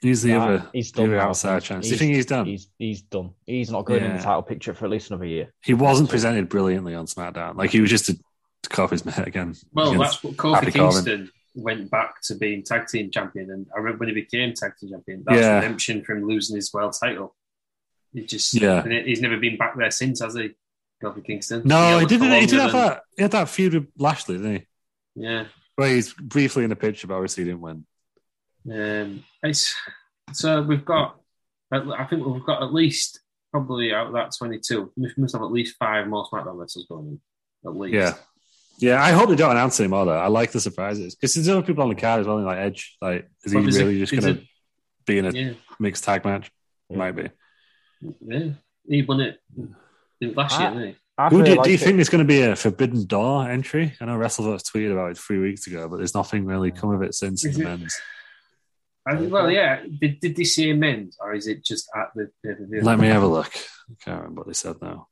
S4: He's the
S3: Nah,
S4: other,
S3: he's
S4: the
S3: done
S4: other
S3: now, I
S4: outside
S3: think.
S4: chance. Do you
S3: He's-
S4: think he's done?
S3: He's he's done. He's not going in
S4: Yeah.
S3: the title picture for at least another year.
S4: he wasn't presented brilliantly on SmackDown. Like he was just a to cop his mate again.
S2: Well,
S4: Against-
S2: that's what Kofi
S4: Happy Corbin.
S2: Kingston went back to being tag team champion, and I remember when he became tag team champion, that's
S4: Yeah.
S2: redemption from losing his world title. He just
S4: Yeah.
S2: and he's never been back there since, has he? Kofi Kingston.
S4: no, he
S2: looked
S4: didn't. He
S2: longer
S4: did have
S2: than-
S4: that. He had that feud with Lashley, didn't he?
S2: Yeah,
S4: Well, he's briefly in the picture, but obviously he didn't win.
S2: um, it's so we've got. I think we've got at least probably out of that twenty-two. We must have at least five more SmackDown wrestlers going in, at least.
S4: Yeah. Yeah, I hope they don't announce him either. I like the surprises because there's other people on the card as well. Like Edge, like is he
S2: Well, there's a-
S4: really just
S2: there's
S4: going to be in a
S2: Yeah,
S4: mixed tag match?
S3: Yeah.
S4: Might be.
S2: yeah. He won it last year,
S3: Ah.
S2: didn't he?
S3: I
S4: Who
S3: really
S4: do,
S3: like
S4: do you
S3: it.
S4: think it's going to be a Forbidden Door entry? I know WrestleVox tweeted about it three weeks ago, but there's nothing really come of it since in
S2: Is
S4: the
S2: it-
S4: men's.
S2: I think, well, yeah. Did, did they say amend or is it just at the pay per view?
S4: Let me have a look. I can't remember what they said now.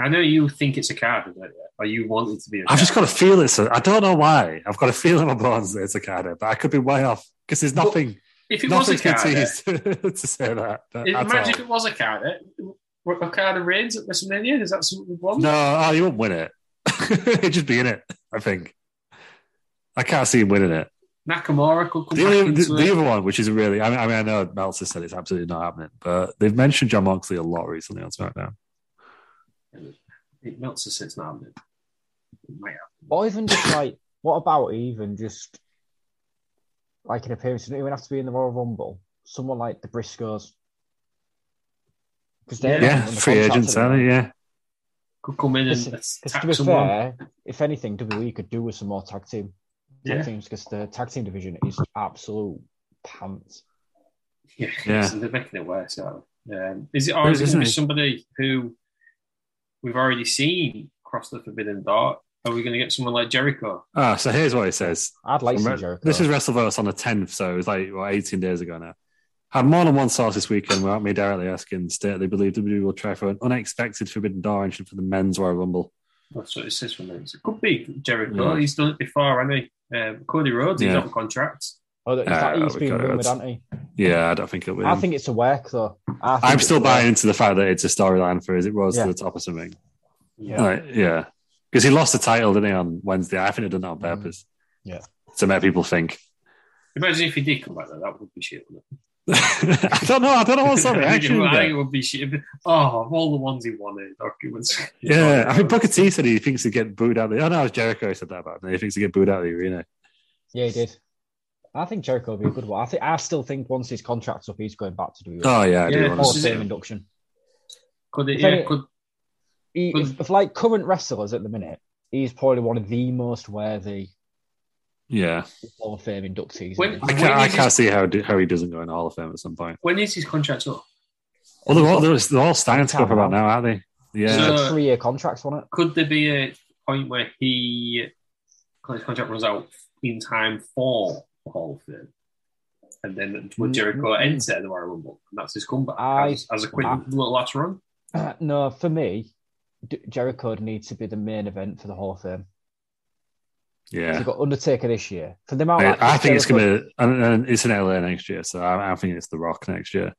S2: I know you think it's a card, is it? or you want it to be. A
S4: I've
S2: card.
S4: just got a feeling. So I don't know why. I've got a feeling in my bones that it's a card, but I could be way off because there's
S2: But
S4: nothing,
S2: If it was
S4: nothing
S2: a card,
S4: to, tease to, to say that. that at
S2: imagine if
S4: all.
S2: it was a card. uh, A card of Reigns at WrestleMania is that something we want?
S4: No, oh, he won't win it. He'd just be in it. I think. I can't see him winning it.
S2: Nakamura could come
S4: The,
S2: back
S4: other, the,
S2: into
S4: the
S2: it.
S4: other one, which is really, I mean, I mean, I know Meltzer said it's absolutely not happening, but they've mentioned John Moxley a lot recently on SmackDown.
S2: It melts us. It's not. It It might have.
S3: Or even just like, what about even just like an appearance? It doesn't even have to be in the Royal Rumble. Someone like the Briscoes. Because
S2: Yeah,
S3: they're
S4: Yeah,
S3: under
S4: free
S3: contract,
S4: agents,
S3: aren't
S4: aren't they? Yeah,
S2: Could come in and
S3: Because to
S2: attack
S3: be
S2: someone.
S3: fair, if anything, WWE could do with some more tag team tag
S2: Yeah.
S3: teams because the tag team division is absolute pants.
S2: Yeah,
S4: Yeah.
S2: so they're making it worse. So, um, is it or
S4: It
S2: is it going to
S4: is,
S2: be
S4: isn't it?
S2: somebody who we've already seen cross the forbidden door? Are we going to get someone like Jericho?
S4: Ah, so here's what he says.
S3: I'd like
S4: From
S3: some
S4: Re-
S3: Jericho.
S4: This is WrestleVerse on the 10th, so it was like what, 18 days ago now. Had more than one source this weekend without me directly asking, state they believe WWE E will try for an unexpected Forbidden Door entry for the men's Royal Rumble.
S2: That's what it says from them. So It could be Jericho.
S4: Yeah.
S2: He's done it before, hasn't he? Um, Cody Rhodes, he's
S4: Yeah.
S2: on contract.
S3: oh, is
S4: Ah,
S3: that he's
S4: we
S3: being
S4: got it.
S3: rumored, hasn't he?
S4: Yeah, I don't think it'll be.
S3: I
S4: him.
S3: think it's a work though. I think
S4: I'm
S3: it's
S4: still
S3: a work.
S4: buying into the fact that it's a storyline for is it rose
S3: Yeah.
S4: to the top of something.
S3: Yeah.
S4: Like, yeah. Because he lost the title, didn't he, on Wednesday? I think he did that on purpose.
S3: Mm. Yeah.
S4: To make people think.
S2: Imagine if he did come back there, that would be shit. Wouldn't it?
S4: I don't know. Oh, I don't know what's up.
S2: I, think it
S4: Actually,
S2: would, I think it would be shit. Oh, of all the ones he wanted, okay, it was-
S4: yeah. I think Booker T said he thinks he get booed out of the. Oh, no, it was Jericho who said that about him. He thinks he get booed out of the arena.
S3: Yeah, he did. I think Jericho will be a good one. I think I still think once his contract's up, he's going back to WWE.
S4: Oh, yeah. I do
S2: Yeah,
S4: wanna
S3: or
S2: this
S4: see
S2: is
S3: same
S4: him.
S3: induction.
S2: could it,
S3: If
S2: yeah,
S3: any-
S2: could,
S3: He,
S2: Well-
S3: if, if like current wrestlers at the minute, he's probably one of the most worthy
S4: Yeah.
S3: Hall of Fame inductees.
S2: When-
S4: I
S2: When
S4: can't, I
S2: is
S4: can't see how, do, how he doesn't go in the Hall of Fame at some point.
S2: when is his contract up?
S4: Well, they're all, they're, they're all starting to go up about now, aren't they? Yeah.
S2: So-
S3: three year contracts, wasn't
S2: could there be a point where he his contract runs out in time for the Hall of Fame? And then would Jericho
S3: Mm.
S2: enter the Royal Rumble? And that's his comeback
S3: I-
S2: as, as a quick
S3: I-
S2: little last run.
S3: it? no, for me, D- Jericho would need to be the main event for the Hall of Fame.
S4: yeah.
S3: You've got Undertaker this year. For the amount of
S4: I, I think it's
S3: Jericho-
S4: going to and, and it's in LA next year, so I, I think it's The Rock next year.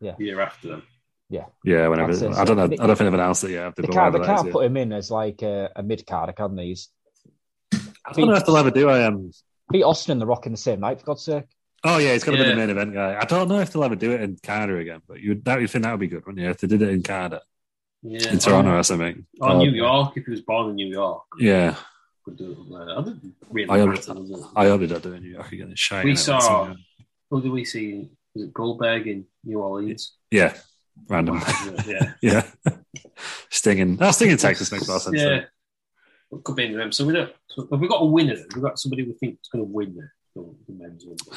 S2: the Year after them.
S4: Yeah, whenever
S3: I'd say
S4: I don't know,
S3: so.
S4: I don't think they've announced it yet.
S3: They
S4: They've
S3: can't,
S4: got
S3: they
S4: whatever that
S3: can't
S4: is,
S3: put him in as like a, a mid carder, can they? He's
S4: yeah. I don't know if they'll ever do. I um,
S3: beat Austin and The Rock in the same night, for God's sake.
S4: oh yeah, it's going to be
S2: Yeah.
S4: the main event guy. I don't know if they'll ever do it in Canada again, but you would that you think that would be good, wouldn't you? If they did it in Canada,
S2: Yeah. Oh,
S4: in Toronto or something.
S2: Or
S4: Um,
S2: New York, if he was born in New York.
S4: Yeah,
S2: could do it from there. I didn't really
S4: I hope,
S2: matter, does it?
S4: I hope they don't do it in New York again. It's shite.
S2: We
S4: isn't it?
S2: saw- Who do we see? Is it Goldberg in New Orleans?
S4: Yeah, random.
S2: yeah.
S4: yeah, stinging. That stinging Texas makes a lot of sense.
S2: Yeah.
S4: though.
S2: It could be in them. So we don't. So have we got a winner? Have we got somebody we think is going to win the, the men's rumble?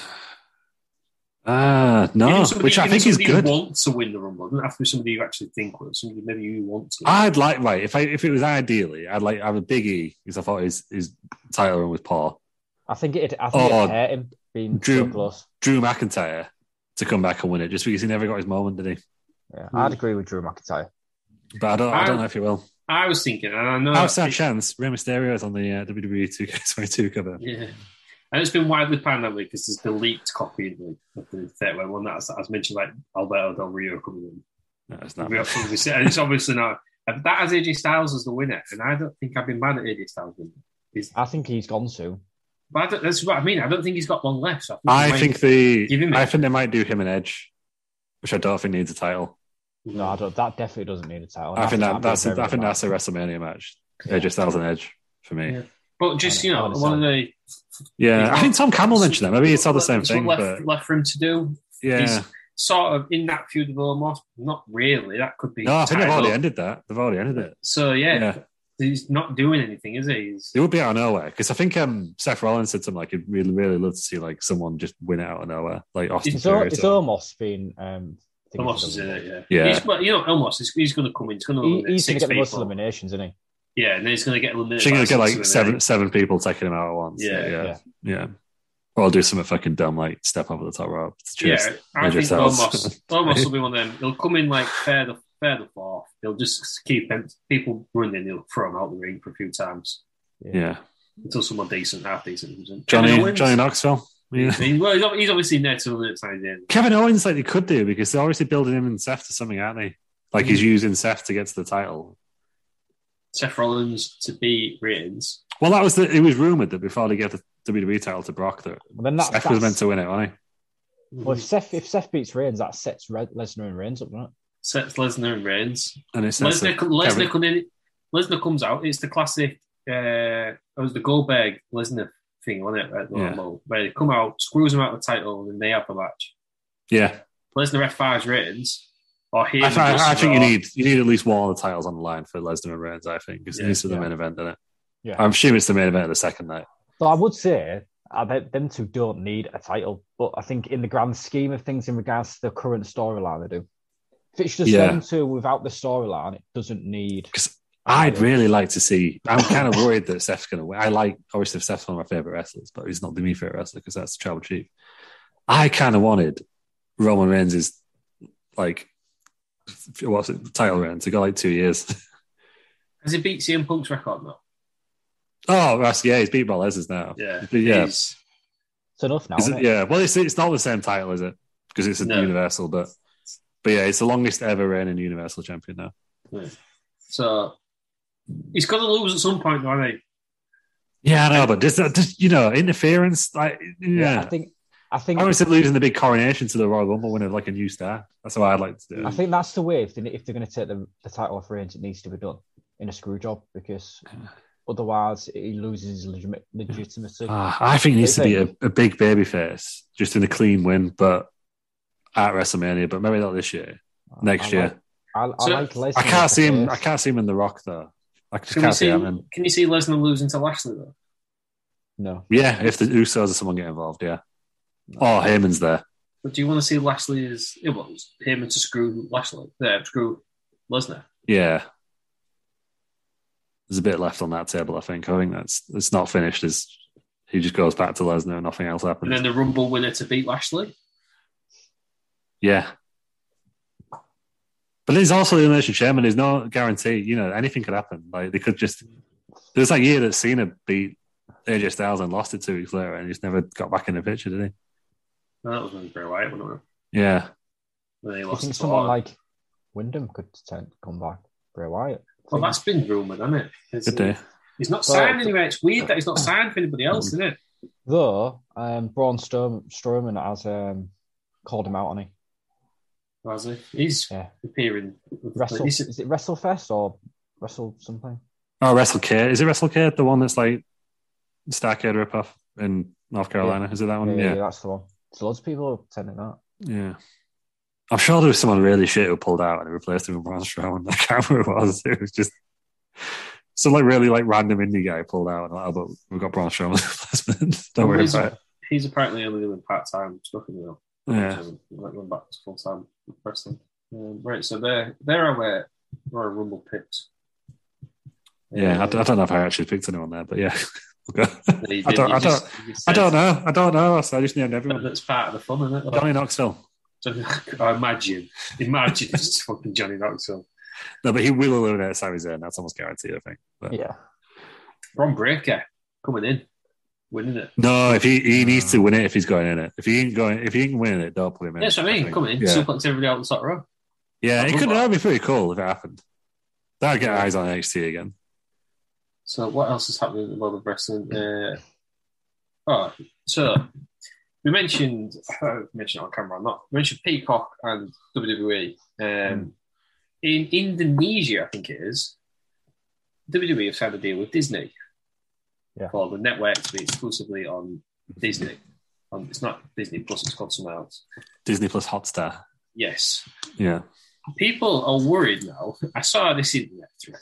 S4: Ah, no,
S2: Even somebody-
S4: which I
S2: even
S4: think is
S2: somebody who
S4: good.
S2: wants to win the rumble. It doesn't have to be somebody you actually think will. Somebody maybe you want to.
S4: I'd like right if I if it was ideally, I'd like have a Big E because I thought his his title run with Paul
S3: I think it. I think
S4: Oh,
S3: it hurt him being so
S4: Drew-
S3: close.
S4: Drew McIntyre to come back and win it just because he never got his moment, did
S3: Yeah,
S2: Hmm.
S3: I'd agree with Drew McIntyre.
S4: he? But I don't I, don't
S2: I- uh,
S4: know if he will.
S2: I was thinking, and I know
S4: Outside chance, Rey Mysterio is on the uh, WWE 2K22 cover.
S2: Yeah. And it's been widely panned that week because there's the leaked copy of the, of the third one that's as mentioned, like Alberto Del Rio coming in.
S4: No, it's
S2: We've
S4: not.
S2: got something to say, and it's obviously not. and That has AJ Styles as the winner, and I don't think I've been mad at AJ Styles. Winning.
S3: I think he's gone soon.
S2: But I don't, that's what I mean. I don't think he's got long left. So
S4: I
S2: he
S4: think
S2: might- Give
S4: the
S2: him it.
S4: I think they might do him an Edge, which I don't think needs a title.
S2: Hmm.
S3: No, I don't, that definitely doesn't need a title.
S4: I think that, that's
S3: that'd
S4: a,
S3: be
S4: I think
S3: very
S4: that's a WrestMania match.
S3: Yeah.
S4: Yeah, just that was an Edge for me.
S2: Yeah. But just you know,
S3: I don't
S2: one of the
S4: Yeah, I
S2: Yeah.
S4: think Tom Campbell mentioned that. Maybe it's all the same
S2: it's what
S4: thing,
S2: Left,
S4: but
S2: left for him to do,
S4: yeah.
S2: he's- sort of in that feud with Omos. Not really. That could be.
S4: No, I think they've
S2: title.
S4: already ended that. They've already ended it.
S2: So yeah,
S4: Yeah.
S2: he's not doing anything, is he? He's,
S4: It would be out of nowhere because I think um, Seth Rollins said something like he'd really, really love to see like someone just win it out of nowhere, like Austin
S3: It's, al-
S4: Theory.
S3: it's almost been. Um, thinking
S2: Omos
S3: of
S2: is
S3: the-
S2: in it. Yeah.
S4: Yeah.
S2: He's, well, you know, Omos is he's going to come in. He's going to
S3: He,
S2: eliminate
S3: he's going
S2: six
S3: to get the most
S2: people.
S3: eliminations, isn't he?
S2: Yeah, and then he's going to get eliminated.
S4: She's
S2: by
S4: gonna get
S2: six
S4: like
S2: women,
S4: seven, seven people taking him out at once.
S2: Yeah,
S4: yeah, yeah.
S3: yeah.
S4: Or I'll do something fucking dumb, like step over the top rope. It's
S2: Yeah,
S4: just-
S2: I
S4: Major
S2: think
S4: sales.
S2: Omos, Omos will be one of them. He'll come in like third or, third or fourth. He'll just keep em- people running. He'll throw him out the ring for a few times
S4: yeah.
S2: until someone decent, half decent, comes in. Kevin
S4: Johnny,
S2: Owens.
S4: Johnny Knoxville. Yeah.
S2: I mean, well, he's ob- he's obviously there till the next time. Then.
S4: Kevin Owens, like they could do because they're obviously building him and Seth to something, aren't they? Like he's using Seth to get to the title.
S2: Seth Rollins to beat Reigns.
S4: Well, that was the, it was rumored that before they gave the WWE title to Brock, that
S3: But then that,
S4: Seth
S3: that's,
S4: was meant to win it, wasn't he?
S2: Hmm.
S3: Well, if Seth if Seth beats Reigns, that sets Red, Lesnar and Reigns up, doesn't it?
S2: Seth Lesnar and Reigns.
S4: And it's
S2: Lesnar, Lesnar, come in, Lesnar comes out. It's the classic. Uh, it was the Goldberg Lesnar thing, wasn't it? At the
S4: Yeah.
S2: Rumble, where they come out, screws him out of the title, and they have the match.
S4: yeah,
S2: Lesnar F5's ratings, or him.
S4: I, thi-
S2: just
S4: I think you
S2: draw.
S4: need you need at least one of the titles on the line for Lesnar and Reigns. I think because
S2: Yeah,
S4: it needs to be the
S3: yeah.
S4: main event, doesn't it?
S3: Yeah.
S4: I'm assuming it's the main event of the second night.
S3: So I would say I bet them two don't need a title, but I think in the grand scheme of things, in regards to the current storyline, they do. If it's just
S4: Yeah.
S3: them two without the storyline, it doesn't need.
S4: I'd
S3: Yeah.
S4: really like to see. I'm kind of worried that Seth's going to win. I like obviously Seth's one of my favorite wrestlers, but he's not the me favorite wrestler because that's the tribal chief. I kind of wanted Roman Reigns' like what's it title reign to go like two years.
S2: Has he beat CM Punk's record now?
S4: oh, that's, yeah, he's beat Brock Lesnar's now.
S2: Yeah,
S4: But yeah.
S2: He's-
S3: It's enough now.
S4: Is
S3: isn't
S4: it,
S3: it?
S4: yeah. Well, it's, it's not the same title, is it? Because it's a
S2: No.
S4: universal, but but yeah, it's the longest ever reigning universal champion now.
S2: yeah. So he's got to lose at some point, though, hasn't he?
S4: Yeah, I know, but just, uh, just you know, interference. Like, yeah,
S3: I think. I think.
S4: I always said losing the big coronation to the Royal Rumble winner like a new star. That's how I'd like to do
S3: I
S4: it.
S3: think that's the way. If, they, if they're going to take the, the title off Reigns, it needs to be done in a screw job because otherwise he loses his legit, legitimacy.
S4: Ah, I think it needs to be a, a big baby face, just in a clean win, but at WrestleMania, but maybe not this year. Next
S3: I
S4: year.
S3: like- I, I
S2: So-
S3: like Lesnar.
S4: I can't
S3: as a
S4: see him I
S3: face.
S4: can't see him in the rock though. I just
S2: Can we
S4: can't see
S2: see?
S4: him in
S2: Can you see Lesnar losing to Lashley though?
S3: No.
S4: Yeah, if the Usos or someone get involved, yeah. Oh Heyman's there.
S2: But do you want to see Lashley as it was him to screw Lashley? There, screw Lesnar.
S4: Yeah. There's a bit left on that table, I think. I think that's it's not finished as he just goes back to Lesnar and nothing else happens.
S2: And then the Rumble winner to beat Lashley.
S4: Yeah. But there's also the Elimination Chamber. There's no guarantee. You know, anything could happen. Like they could just. There's that year that Cena beat AJ Styles and lost it two weeks later, and he just never got back in the picture, did
S2: No, that was when Bray Wyatt won it.
S4: he? Yeah.
S2: When they
S3: I
S2: lost
S3: think
S2: to
S3: someone
S2: Orton.
S3: like Wyndham could t- come back. Bray Wyatt.
S2: Well, that's been rumoured, hasn't it? It's,
S4: Good day.
S2: he's not
S3: Well, Mm-hmm.
S2: signed
S3: it's-
S2: anywhere. It's weird that he's not signed for anybody else, isn't it?
S3: Though um, Braun Sturm- Strowman has um, called him out on he.
S2: Has he? He's
S3: Yeah.
S2: appearing.
S3: Wrestle
S2: He's-
S3: is it WrestleFest or Wrestle something?
S4: Oh, WrestleCade. Is it WrestleCade the one that's like Starcade ripoff in North Carolina. Is it that one?
S3: yeah,
S4: yeah.
S3: that's the one. There's loads of people attending that.
S4: Yeah. I'm sure there was someone really shit who pulled out and replaced him with Braun Strowman. I can't remember who it was. It was just some like really like random indie guy pulled out and like, oh, but we've got Braun Strowman's replacement. Don't worry
S2: he's,
S4: about it.
S2: he's apparently only doing part time stuff in the
S4: Yeah.
S2: Like going back to full time wrestling. Um, right, so there, there are where our Rumble picks.
S4: Yeah. I,
S2: Um,
S4: I don't know if I actually picked anyone there, but yeah. We'll go.
S2: that Um, you
S4: I
S2: did.
S4: don't,
S2: You
S4: I,
S2: just-
S4: don't,
S2: you
S4: I
S2: said
S4: don't know. I don't know. So I just named
S2: that
S4: everyone.
S2: That's part of the fun, isn't it?
S4: Johnny Knoxville.
S2: So- I imagine, imagine it's just fucking Johnny Knoxville.
S4: No, but he will eliminate Sami Zayn. That's almost guaranteed, I think. But
S3: Yeah.
S2: Ron Breaker coming in, winning it.
S4: No, if he, he needs to win it if he's going in it. If he ain't going, if he ain't winning it, don't put him in.
S2: That's
S4: it,
S2: what I mean.
S4: think.
S2: Coming in,
S4: Yeah.
S2: suplex everybody out the top row.
S4: Yeah,
S2: I
S4: it
S2: love
S4: could
S2: that.
S4: that'd be pretty cool if it happened. That'd get eyes on NXT again.
S2: So what else is happening in the world of wrestling? Uh, oh, so we mentioned uh, mentioned on camera, or not we mentioned Peacock and WWE. Um, In Indonesia, I think it is. WWE have signed a deal with Disney
S3: Yeah.
S2: for the network to be exclusively on Disney. Um, it's not Disney Plus; it's called something else.
S4: Disney Plus Hotstar.
S2: Yes,
S4: Yeah.
S2: people are worried now. I saw this internet thread.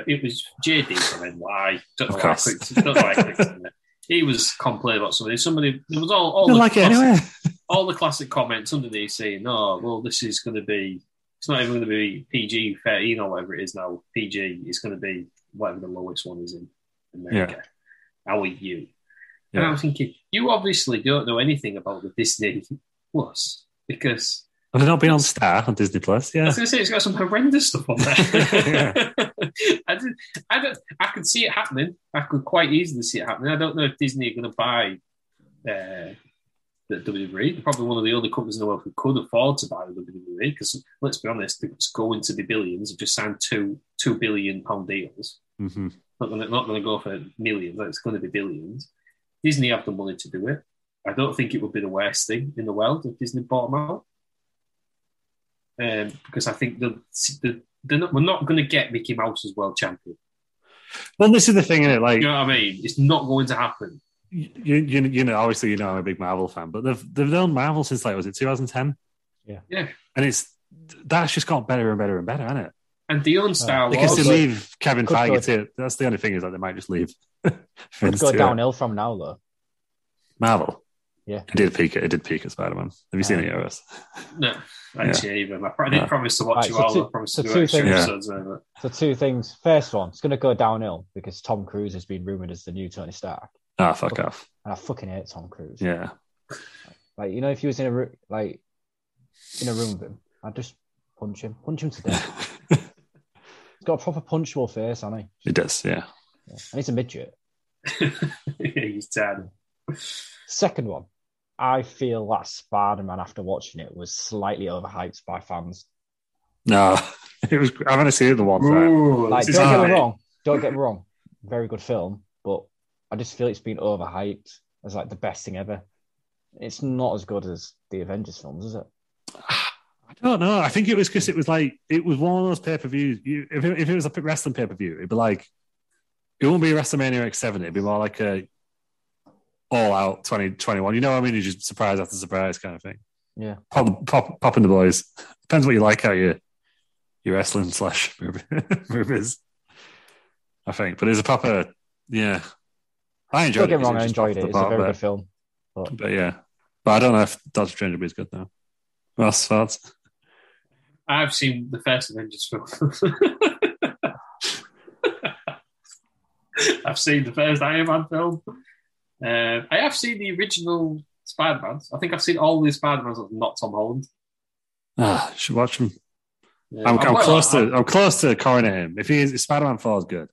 S2: Uh, It was JD from NY. Don't know
S4: Of
S2: why I
S4: course.
S2: clicked, don't know why I clicked on it. He was complaining about somebody. Somebody there was
S3: Oh,
S2: all all
S4: Don't
S2: the
S4: like it
S2: classic,
S4: anyway.
S2: all the classic comments underneath saying, "Oh, well, this is going to be. It's not even going to be PG thirteen or whatever it is now. PG is going to be whatever the lowest one is in America. How are you?" And
S4: Yeah.
S2: I'm thinking, you obviously don't know anything about the Disney Plus because
S4: Have they not been on Star on Disney Plus?
S2: I
S4: Yeah.
S2: was going to say it's got some horrendous stuff on there. I did, I don't. I could see it happening. I could quite easily see it happening. I don't know if Disney are going to buy uh, the WWE. They're probably one of the only companies in the world who could afford to buy the WWE because let's be honest, it's going to be billions. They've just signed two two billion pound deals.
S4: hmm
S2: Not going to, not going to go for millions. It's going to be billions. Disney have the money to do it. I don't think it would be the worst thing in the world if Disney bought them out, um, because I think the, the they're not, we're not going to get Mickey Mouse as world champion.
S4: Well, this is the thing, is it? Like,
S2: You know what I mean? It's not going to happen.
S4: you, you, you know, obviously, you know, I'm a big Marvel fan, but they've they've known Marvel since like was it 2010?
S2: Yeah.
S4: And it's that's just got better and better and better, hasn't it?
S2: And they own Star
S3: Oh, Well,
S4: Because
S2: Wars.
S4: they
S3: also-
S4: leave Kevin
S3: Could
S4: Feige
S3: go-
S4: to it. That's the only thing is that they might just leave.
S3: Could
S4: Vince
S3: go
S4: to it.
S3: downhill from now though.
S4: Marvel.
S3: Yeah.
S4: It did peak. at- It did peak at Spider Man. Have you seen
S3: Um,
S4: it yet, Russ?
S2: No, actually, even I, pro- I did
S4: Yeah.
S2: promise to watch
S3: Right,
S2: you
S3: so
S2: all.
S3: two-
S2: I promised
S3: so
S2: to do
S3: two
S2: extra
S4: things. Yeah.
S2: episodes. uh, But
S3: So two things. First one, it's going to go downhill because Tom Cruise has been rumored as the new Tony Stark,
S4: Ah,
S3: Oh.
S4: fuck off.
S3: and I fucking hate Tom Cruise.
S4: Yeah.
S3: Like you know, if he was in a ru- like in a room with him, I'd just punch him, punch him to death. He's got a proper punchable face, hasn't he?
S4: It does, yeah.
S3: Yeah. And he's a midget.
S2: he's dead.
S3: Second one, I feel that Spider Man after watching it was slightly overhyped by fans.
S4: No, it was. I've only seen it the one time.
S2: Ooh,
S3: Like,
S2: this is
S3: don't get
S2: hard.
S3: me wrong. Don't get me wrong. Very good film, but I just feel it's been overhyped as like the best thing ever. It's not as good as the Avengers films, is it?
S4: I don't know. I think it was because it was like it was one of those pay per views. If it, if it was a wrestling pay per view, it'd be like it wouldn't be WrestleMania X Seven. It'd be more like a all out twenty twenty one. You know what I mean? It's just surprise after surprise kind of thing.
S3: Yeah.
S4: Pop, pop, popping the boys. Depends what you like how you you wrestling slash movie- movies. I think, but it's a proper yeah. I
S3: Don't
S4: enjoyed
S3: get
S4: it.
S3: me wrong. I
S4: just off
S3: enjoyed it.
S4: the
S3: It's a
S4: bar,
S3: very
S4: but-
S3: good film.
S4: But yeah, but I don't know if Doctor Strange will be as good now. That's that's
S2: I've seen the first Avengers film. I've seen the first Iron Man film. Uh, I have seen the original Spider Man. I think I've seen all the Spider Mans, not Tom Holland.
S4: ah, should watch him.
S2: Uh,
S4: I'm, I'm
S2: well,
S4: close
S2: I'm-
S4: to I'm close to coronating him. If he is, if Spider-Man Four is good,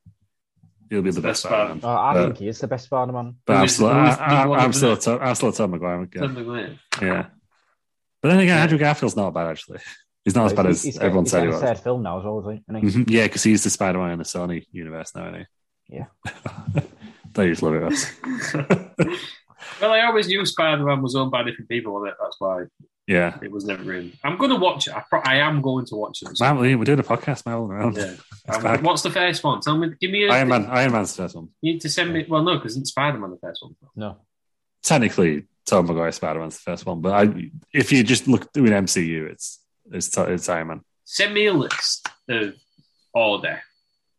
S4: he'll be the best
S2: Best Spider-Man.
S4: Spider-Man.
S3: Uh, I
S4: But-
S3: think he is the best Spider Man.
S4: But
S2: Who
S4: I'm
S2: is-
S4: still
S2: who
S4: I,
S2: is the one
S4: I, I'm
S2: that-
S4: still Tom- I'm still Tom McGuire. again.
S2: Something like that.
S4: Yeah, but then again, Andrew Garfield's not bad actually. He's not as bad
S3: He's-
S4: as
S3: he's getting-
S4: everyone
S3: he's
S4: said he
S3: getting
S4: was.
S3: a third film now as well, isn't he?
S4: Mhm. Yeah, because he's the Spider-Man in the Sony universe now, isn't he?
S3: Yeah.
S4: they just love it. Russ.
S2: Well, I always knew Spider Man was owned by different people, wasn't it? That's why
S4: Yeah.
S2: it was never in. I'm going to watch it. I, pro- I am going to watch it.
S4: Man, we're doing a podcast, man. all Around.
S2: Yeah.
S4: It's
S2: Um,
S4: bad.
S2: what's the first one? Tell me. Give me a.
S4: Iron Man. Iron Man's the first one.
S2: You need to send me. Well, no, because it's Spider Man the first one.
S3: No.
S4: Technically, Tom Maguire Spider Man's the first one, but I, if you just look through an MCU, it's it's it's Iron Man.
S2: Send me a list of order.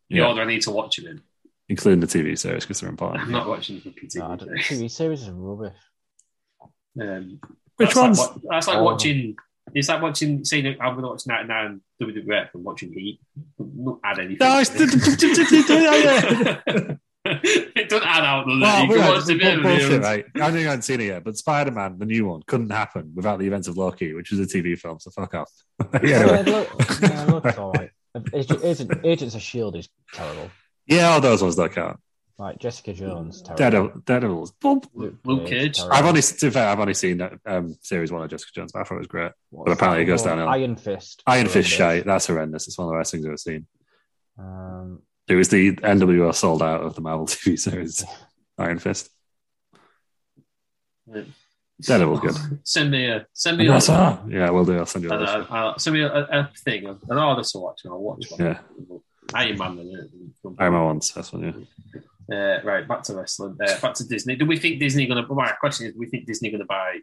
S2: The
S4: Yeah,
S2: order I need to watch it in.
S4: including the TV series because they're important.
S2: I'm not watching the fucking
S3: no I don't-
S2: TV series.
S3: TV series is rubbish.
S2: Um,
S4: Which
S2: that's
S4: ones?
S2: Like, wa- that's like
S3: Oh.
S2: watching. It's like watching, saying I'm going to watch 99 WWF and E watching Heat. Don't add anything.
S4: No, it's-
S2: it doesn't add out. Does it?
S4: Well,
S2: you can
S4: right,
S2: watch the
S4: bu-
S2: bit of
S4: bullshit,
S2: it.
S4: right? I think I hadn't seen it yet, but Spider Man, the new one, couldn't happen without the events of Loki, which is a TV film, so fuck off.
S3: Yeah,
S4: anyway.
S3: look, yeah, look, it's all right. Agent, Agent- Agents of Shield E is terrible.
S4: Yeah, all those ones that count.
S3: Like Jessica Jones, terrible.
S4: Daredevil, Daredevil's. Boom.
S2: Luke- Luke
S3: Cage,
S2: Cage.
S3: terrible.
S4: I've only, to be fair, I've only seen that, um, series one of Jessica Jones, but I thought it was great.
S3: What's
S4: but apparently it
S3: that
S4: goes
S3: one?
S4: downhill.
S3: Iron Fist.
S4: Iron Fist
S3: Horrendous.
S4: shite. That's horrendous. It's one of the worst things I've ever seen.
S3: Um,
S4: It was the NWO sold out of the Marvel TV series, Iron Fist. Daredevil's good.
S2: Send me a send me
S4: And
S2: a,
S4: that's all. Oh, Yeah, we'll do. I'll send you
S2: and,
S4: that.
S2: uh, uh, send me a, a, a thing, an order to watch, and I'll watch one.
S4: Yeah.
S2: Iron Man. isn't it?
S4: Iron Man one's the first one. Yeah.
S2: Uh, right, back to wrestling. Uh, back to Disney. Do we think Disney going to? My question is, do we think Disney going to buy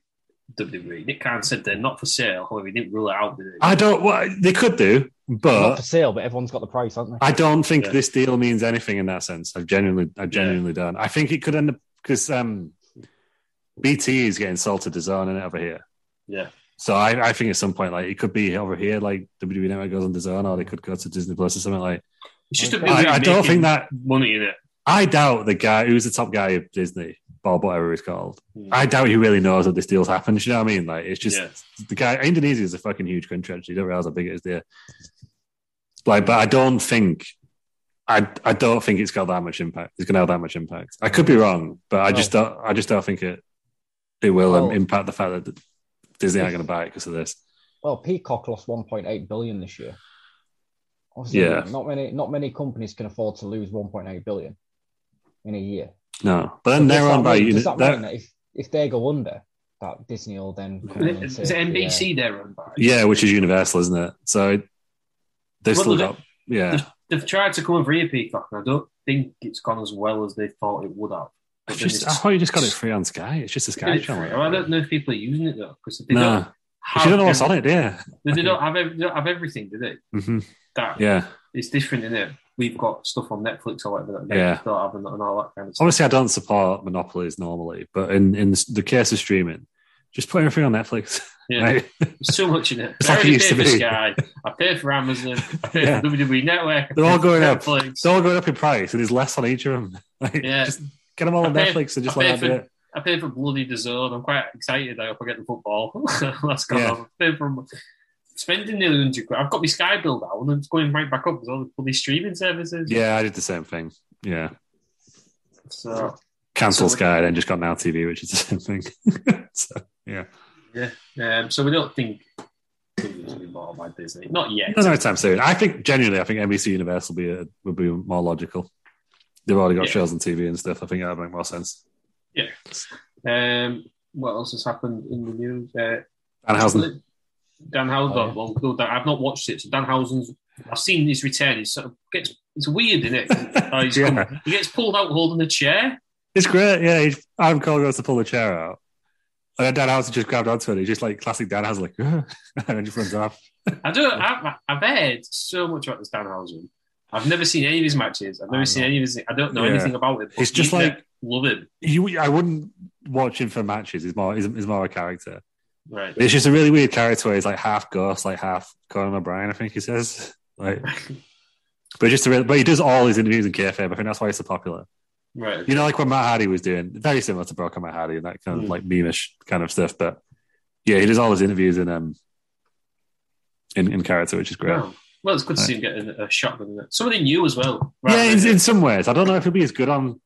S2: WWE? Nick Khan said they're not for sale. However, he didn't rule it out. Did he?
S4: I don't. Well, they could do,
S3: not
S4: but
S3: for sale, but everyone's got the price, haven't they?
S4: I don't think
S2: Yeah.
S4: this deal means anything in that sense. I genuinely, I genuinely don't. I think it could end up because um, BT is getting salted as own in it over here.
S2: yeah,
S4: So I, I think at some point, like it could be over here, like WWE Network goes on DAZN, or they could go to Disney Plus or something like.
S2: it's just a
S3: Okay.
S2: bit
S4: I, I don't
S2: E making
S4: think that.
S2: money in it.
S4: I doubt the guy who's the top guy of Disney, Bob, whatever he's called.
S2: Mm.
S4: I doubt he really knows that this deal's happened. You know what I mean? Like it's just
S2: Yeah.
S4: the guy. Indonesia is a fucking huge country. Actually, you don't realize how big it is there. Like, but I don't think. I, I don't think it's got that much impact. It's going to have that much impact. I could be wrong, but I just
S3: Oh.
S4: don't. I just don't think it. It will um,
S3: Well-
S4: impact the fact that Disney aren't going to buy it because of this.
S3: Well, Peacock lost 1.8 billion this year. Obviously,
S4: Yeah.
S3: Not many, not many companies can afford to lose 1.8 billion in a year.
S4: No, but then
S3: Does
S4: they're
S3: that
S4: on by
S3: mean-
S4: uni-
S3: Does that
S4: they're-
S3: mean that if, if they go under, that Disney will then come in and
S2: Is
S3: take
S2: it
S3: the, uh,
S2: NBC they're run by?
S4: yeah, which is universal, isn't it? So it- they've
S2: Well,
S4: still
S2: they-
S4: got yeah.
S2: They've tried to come over here, Peacock, and I don't think it's gone as well as they thought it would have.
S4: I
S2: But then
S4: just I
S2: it's-
S4: thought you just got it free on Sky. It's just a Sky
S2: it's-
S4: channel.
S2: I don't know if people are using it though because they
S4: no,
S2: don't
S4: if
S2: have
S4: you don't know what's
S2: ev-
S4: on it, yeah,
S2: They, they don't have ev- they don't have everything, do they?
S4: hmm
S2: That
S4: yeah.
S2: it's different in it. We've got stuff on Netflix or whatever that they
S4: Yeah.
S2: don't have and, and all that kind of stuff.
S4: Obviously, I don't support monopolies normally, but in in the case of streaming, just put everything on Netflix.
S2: Yeah.
S4: right?
S2: There's so much in it.
S4: It's
S2: I
S4: like it
S2: already
S4: used
S2: pay
S4: to
S2: for
S4: be.
S2: Sky. I pay for Amazon. I pay
S4: Yeah.
S2: for WWE Network. I
S4: They're
S2: pay
S4: all
S2: for
S4: going up.
S2: Netflix.
S4: It's all going up in price, and there's less on each of them. Like,
S2: Yeah.
S4: just get them all
S2: I
S4: on
S2: pay-
S4: Netflix and just
S2: I pay
S4: let that be
S2: for-
S4: it.
S2: I pay for bloody DAZN. I'm quite excited. I hope I get the football. That's gone
S4: Yeah.
S2: on. I pay for spending nearly 100 quid. I've got my Sky bill down and it's going right back up with all the bloody streaming services.
S4: Yeah, I did the same thing. Yeah,
S2: So,
S4: cancel
S2: So-
S4: Sky, then just got Now TV, which is the same thing. so, yeah,
S2: um, so we don't think Disney's gonna be bought by Disney. Not yet.
S4: no, no time soon. I think genuinely, I think NBC Universal will be a, would be more logical. They've already got
S2: Yeah.
S4: shows on TV and stuff. I think that would make more sense.
S2: Um, what else has happened in the news? Uh,
S4: Danhausen.
S2: Dan Housen.
S3: Oh, yeah.
S2: Well, no, Dan- I've not watched it. So Dan Housen's. I've seen his return. He's sort of gets. It's weird, isn't it? Uh, he's
S4: Yeah.
S2: come- he gets pulled out holding a chair.
S4: It's great. Yeah, he, Adam Cole goes to pull the chair out. And then Dan Housen just grabbed onto it. He's just like classic Dan Housen, like, and then just runs off.
S2: I don't. I've, I've heard so much about this Dan Housen. I've never seen any of his matches. I've never
S3: I
S2: seen
S3: know.
S2: any of his. I don't know
S4: Yeah.
S2: anything about him. but
S4: It's just
S2: you
S4: like-
S2: love him,
S4: You, I wouldn't watch him for matches. He's more, he's, he's more a character.
S2: right?
S4: It's just a really weird character where he's like half ghost, like half Conan O'Brien, I think he says. Like, but just a real, but he does all his interviews in kayfabe. I think that's why he's so popular.
S2: Right.
S4: You know, like what Matt Hardy was doing, very similar to Brock and Matt Hardy and that kind of
S2: Mm.
S4: like memeish kind of stuff. But yeah, he does all his interviews in um in, in character, which is great.
S2: Wow. Well, it's good to see him getting a shotgun. isn't it? Somebody new as well.
S4: yeah,
S2: Rather
S4: in,
S2: than-
S4: in some ways. I don't know if he'll be as good on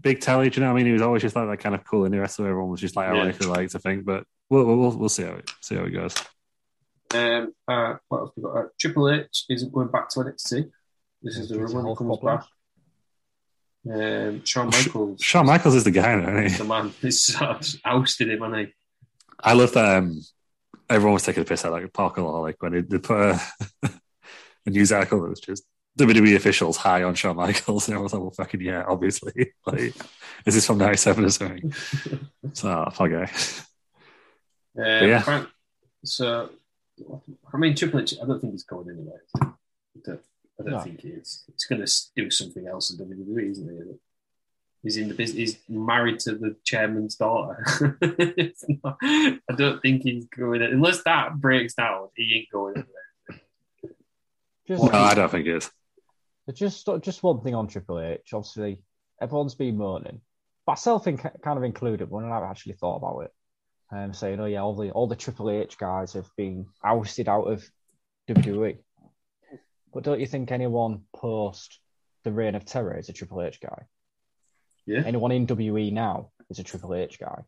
S4: big telly. Do you know what I mean? He was always just like that kind of cool interest, so everyone was just like
S2: Yeah.
S4: ironically liked, I think. But we'll, we'll we'll see how it see how it goes.
S2: Um, uh, what else we got? Uh, Triple H isn't going back to NXT. This is the
S3: due to
S2: rumor that
S3: health
S2: comes
S3: problems.
S2: back. Um, Shawn Michaels,
S4: Shawn Michaels is the guy now. Isn't he?
S2: the man, he's ousted him, hasn't he?
S4: I love that um, everyone was taking a piss out like parking lot, like when they, they put a, a news article that was just WWE officials high on Shawn Michaels, and I was like, "Well, fucking yeah, obviously." Like, is this from '97 or something? so, oh, fuck yeah.
S2: Um,
S4: yeah.
S2: Frank- so, I mean, Triple H, I don't think he's going anywhere. is he? I don't, I don't
S3: No.
S2: think he is. He's going to do something else in WWE, E, isn't he? He's in the business. He's married to the chairman's daughter. I don't think he's going unless that breaks down. He ain't going anywhere.
S3: Just,
S4: No, I don't think it is.
S3: But just just one thing on Triple H. Obviously, everyone's been moaning, myself in, kind of included, when I've actually thought about it. Um, saying, oh yeah, all the all the Triple H guys have been ousted out of WWE. But don't you think anyone post the Reign of Terror is a Triple H guy?
S2: Yeah.
S3: Anyone in WE now is a Triple H guy.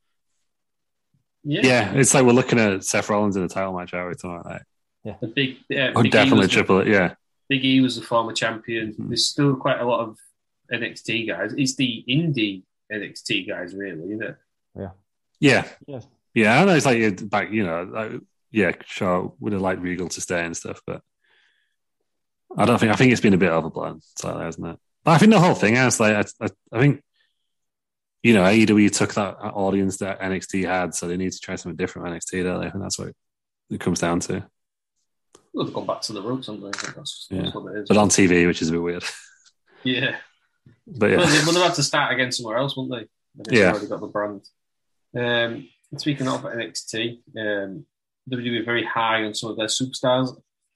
S4: Yeah, it's like we're looking at Seth Rollins in a title match, are we? Something like that.
S2: The big, yeah,
S4: Oh,
S2: Big E
S4: definitely
S2: was the-
S4: triple it. Yeah,
S2: Big E was the former champion.
S4: Mhm.
S2: There's still quite a lot of NXT guys. It's the indie NXT guys, really, isn't it?
S4: yeah,
S3: Yes.
S4: yeah. I know it's like it's back, you know, like, yeah, sure, would have liked Regal to stay and stuff, but I don't think I think it's been a bit overblown, slightly, hasn't it? But I think the whole thing, I was like, I, I, I think you know, AEW took that audience that NXT had, so they need to try something different with NXT, don't they? And that's what it comes down to.
S2: Well, they've gone back to the roots, haven't they? I think that's,
S4: Yeah.
S2: that's what it is.
S4: But uh, on TV, which is a bit weird.
S2: yeah.
S4: But
S2: Well, they
S4: yeah,
S2: would have had to start again somewhere else, wouldn't they? They've
S4: Yeah.
S2: already got the brand. Um, speaking of NXT, um, WWE are very high on some of their superstars,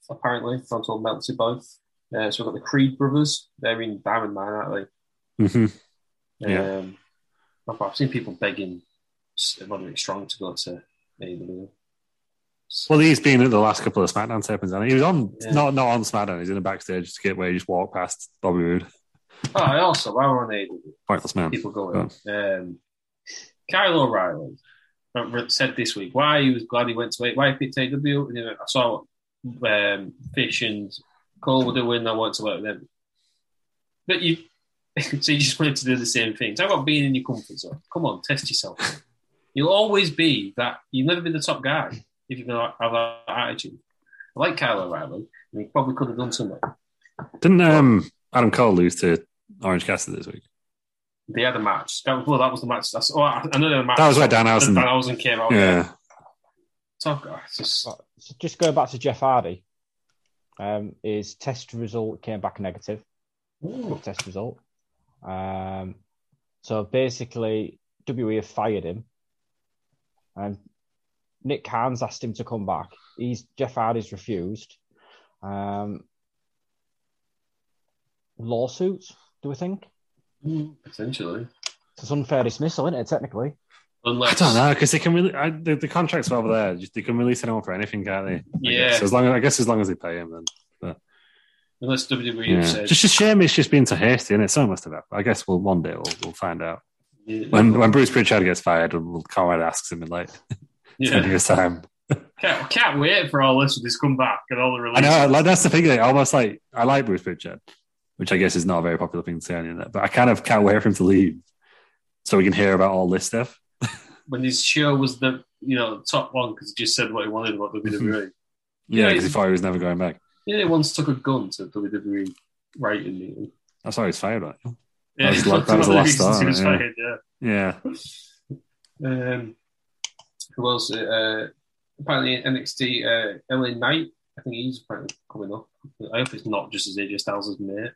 S2: apparently, from told Meltzer both. Uh, so we've got the Creed brothers. They're in Diamond Mine, aren't
S4: hmm
S2: they?
S4: Yeah.
S2: Um, I've, I've seen people begging s- Roderick Strong to go to E AEW.
S4: Well, he's been at the last couple of SmackDown tapings, and he was on
S2: Yeah.
S4: not not on SmackDown. He's in a backstage skit where he just walked past Bobby Roode.
S2: Oh, I also, while we're on AEW,
S4: Pointless man.
S2: people going. Um, Kyle O'Reilly uh, said this week why he was glad he went to it, why he picked AW. And he went, I saw um, Fish and Cole were doing, I wanted to work with them. But you, so you just wanted to do the same thing. Talk about being in your comfort zone. Come on, test yourself. You'll always be that. You'll never be the top guy if you have that attitude. I like Kyle O'Reilly, and he probably could have done something.
S4: Didn't um, Adam Cole lose to Orange Cassidy this week?
S2: They had a match. That was, well, that was the match. That's, oh, I, I know they had a match.
S4: That was where Danhausen-
S2: Danhausen came out.
S4: yeah,
S2: Talk, oh, it's just,
S3: But so just going back to Jeff Hardy, um, his test result came back negative.
S2: Ooh.
S3: test result. Um, so basically, WWE have fired him. And Nick Khan's asked him to come back. He's Jeff Hardy's refused. Um, lawsuits, do we think?
S2: Potentially.
S3: It's unfair dismissal, isn't it? Technically,
S4: I
S2: Unless,
S4: don't know because they can really I, the, the contracts over there. just- They can release anyone for anything, can't they? I
S2: Yeah.
S4: guess. as long as I guess as long as they pay him, then
S2: unless WWE
S4: yeah.
S2: said.
S4: just a shame it's just been too hasty, and it's so must have. happened. I guess we'll one day we'll, we'll find out
S2: yeah,
S4: when when Bruce Pritchard gets fired, and Conrad asks him in like ten
S2: yeah.
S4: years time.
S2: Can't, can't wait for all this with his comeback and all the
S4: I
S2: releases.
S4: know, like that's the thing. Like, almost like I like Bruce Pritchard, which I guess is not a very popular thing to say on the internet, but I kind of can't wait for him to leave so we can hear about all this stuff.
S2: When his show was the you know top one because he just said what he wanted about
S4: Mm-hmm.
S2: WWE.
S4: Yeah,
S2: Yeah,
S4: because
S2: he's-
S4: he thought he was never going back.
S2: yeah, he once took a gun to WWE writing meeting.
S4: That's why he's fired. Right?
S2: Yeah,
S4: That was the- that was the last
S2: reasons he
S4: time,
S2: was
S4: yeah.
S2: fired, yeah.
S4: Yeah,
S2: Um, who else? Uh, apparently NXT uh, LA Knight. I think he's apparently coming up. I hope it's not just as AJ Styles' mate.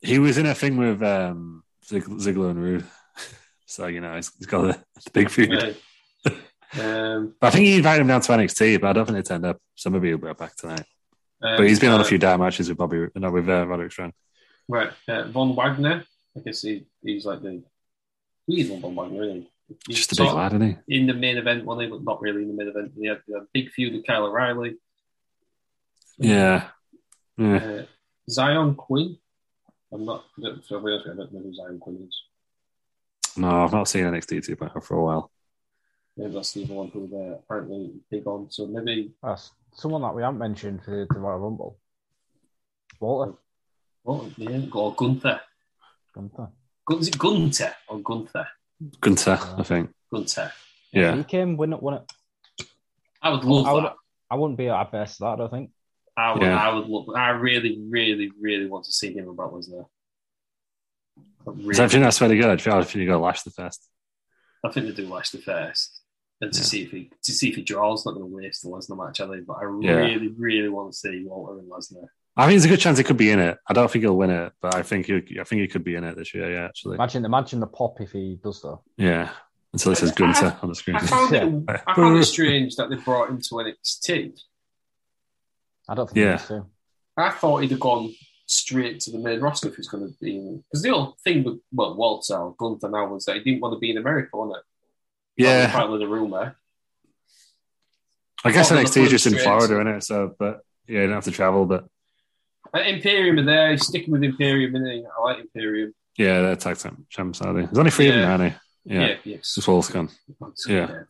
S4: he was in a thing with um, Zig- Ziggler and Rude, so you know he's, he's got the, the big feud.
S2: Uh, um,
S4: But I think he invited him down to NXT, but I don't think they turned up. So maybe he'll be back tonight. But he's been on a few dark matches with Bobby, no, with uh, Roderick Strong.
S2: uh, Right, uh, Von Wagner. I guess he, he's like the he's on Von Wagner, really. He's
S4: Just a
S2: sort
S4: big
S2: of
S4: lad, isn't he?
S2: In the main event, well, he was not really in the main event. He had a big feud with Kyle O'Reilly,
S4: Yeah, yeah.
S2: uh, Zion Quinn. I'm not. I don't, for everybody else, I don't know who Zion Quinn is.
S4: No, I've not seen NXT 2.0 for a while.
S2: Maybe that's the other one who they're apparently big on. So maybe
S3: that's someone that we haven't mentioned for the Royal Rumble. Walter
S2: oh yeah, or Gunther.
S3: Gunther.
S2: Gun- is it Gunter or Gunther?
S4: Gunter, I think.
S2: Gunter.
S4: Yeah.
S3: He came, we're not, we're not,
S2: I would love
S3: I would,
S2: that.
S3: I wouldn't be adverse to that, I don't think.
S2: I would,
S4: Yeah.
S2: I would love. I really, really, really want to see him about Lesnar. I
S4: So I
S2: Really,
S4: think that's very good. I think I think you're going to lash the first.
S2: I think they do watch the first, and to see if he to see if he draws. Not going to waste the Lesnar match, are they? But I
S4: Yeah.
S2: really, really want to see Walter and Lesnar.
S4: I think there's a good chance he could be in it. I don't think he'll win it, but I think he, I think he could be in it this year. Yeah, actually.
S3: Imagine, imagine the pop if he does though.
S4: Yeah. Until it says Gunter on the screen.
S2: I found it. I found it strange that they brought him to NXT.
S3: I don't think
S4: Yeah.
S3: he does too.
S2: I thought he'd have gone straight to the main roster if he's going to be in. Because the old thing with well, Walter or Gunther now was that he didn't want to be in America, wasn't it? That was
S4: Yeah,
S2: partly the rumor.
S4: I guess
S2: Oh, the
S4: NXT is just in
S2: Flintstones.
S4: Florida, isn't it? So, but yeah, you don't have to travel. But
S2: Uh, Imperium are there. He's sticking with Imperium, isn't he? I like Imperium.
S4: yeah, they're tag team champs, are they? There's only three of them,
S2: Yeah.
S4: aren't there? Yeah,
S2: Yeah, yes.
S4: it's just all gone. Yeah.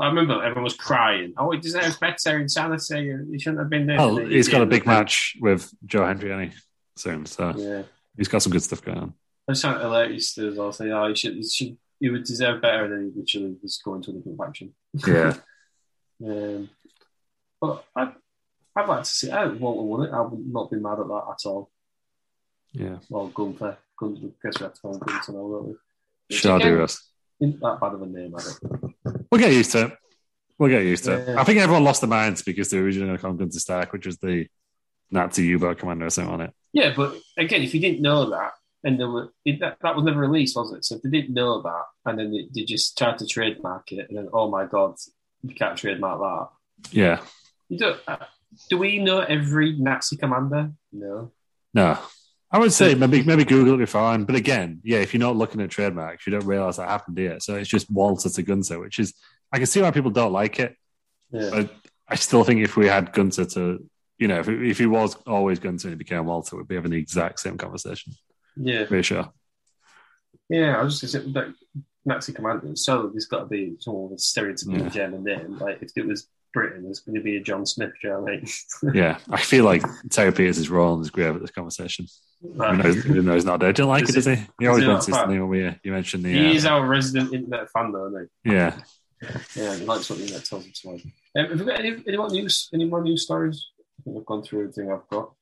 S2: I remember everyone was crying. Oh, he deserves better insanity. He shouldn't have been there.
S4: Oh,
S2: And
S4: he's
S2: he
S4: got a
S2: did.
S4: big match with Joe Hendry, hasn't he? Soon, so
S2: Yeah.
S4: he's got some good stuff going on.
S2: I just found it hilarious to as well say, oh, he should, he should, he would deserve better than he literally was going to a different faction.
S4: Yeah,
S2: Um, but I, I'd like to see. I don't want to win it. I would not be mad at that at all.
S4: yeah,
S2: Well, Gunther, Gunther, I guess we have to find Gunther now, don't we? Which
S4: sure
S2: again,
S4: do us.
S2: Isn't that bad of a name, I don't think.
S4: We'll get used to it. We'll get used to it.
S2: Yeah.
S4: I think everyone lost their minds because they were originally going to call him Gunther Stark, which was the Nazi U-boat commander or something on it.
S2: Yeah, but again, if you didn't know that, and there were it, that, that was never released, was it? So if they didn't know that, and then they, they just tried to trademark it, and then oh my god, you can't trademark that.
S4: Yeah,
S2: You don't. Uh, do we know every Nazi commander? No.
S4: no. I would say maybe maybe Google it before, and but again, yeah, if you're not looking at trademarks, you don't realize that happened here. So it's just Walter to Gunther, which is I can see why people don't like it.
S2: Yeah.
S4: I, I still think if we had Gunter to, you know, if, if he was always Gunter and he became Walter, we'd be having the exact same conversation.
S2: Yeah.
S4: Pretty sure.
S2: Yeah, I was just going to say, like, Nazi commanders, so there's got to be someone with a stereotypical
S4: Yeah.
S2: German name. Like, if it was Britain, there's going to be a John Smith, do you know what I mean?
S4: Yeah, I feel like Terry Peters is rolling his grave at this conversation. Even though, even though he's not there, I don't
S2: Uh,
S4: like
S2: Is
S4: it, does
S2: it-
S4: he? He always
S2: is it
S4: wants his
S2: not
S4: name when we- you mentioned the.
S2: He is
S4: uh,
S2: our resident internet fan, though, isn't
S4: yeah,
S2: he? Yeah, he likes what the internet tells him to like. Um, have you got any, any more news? Any more news stories? I think I've gone through everything I've got.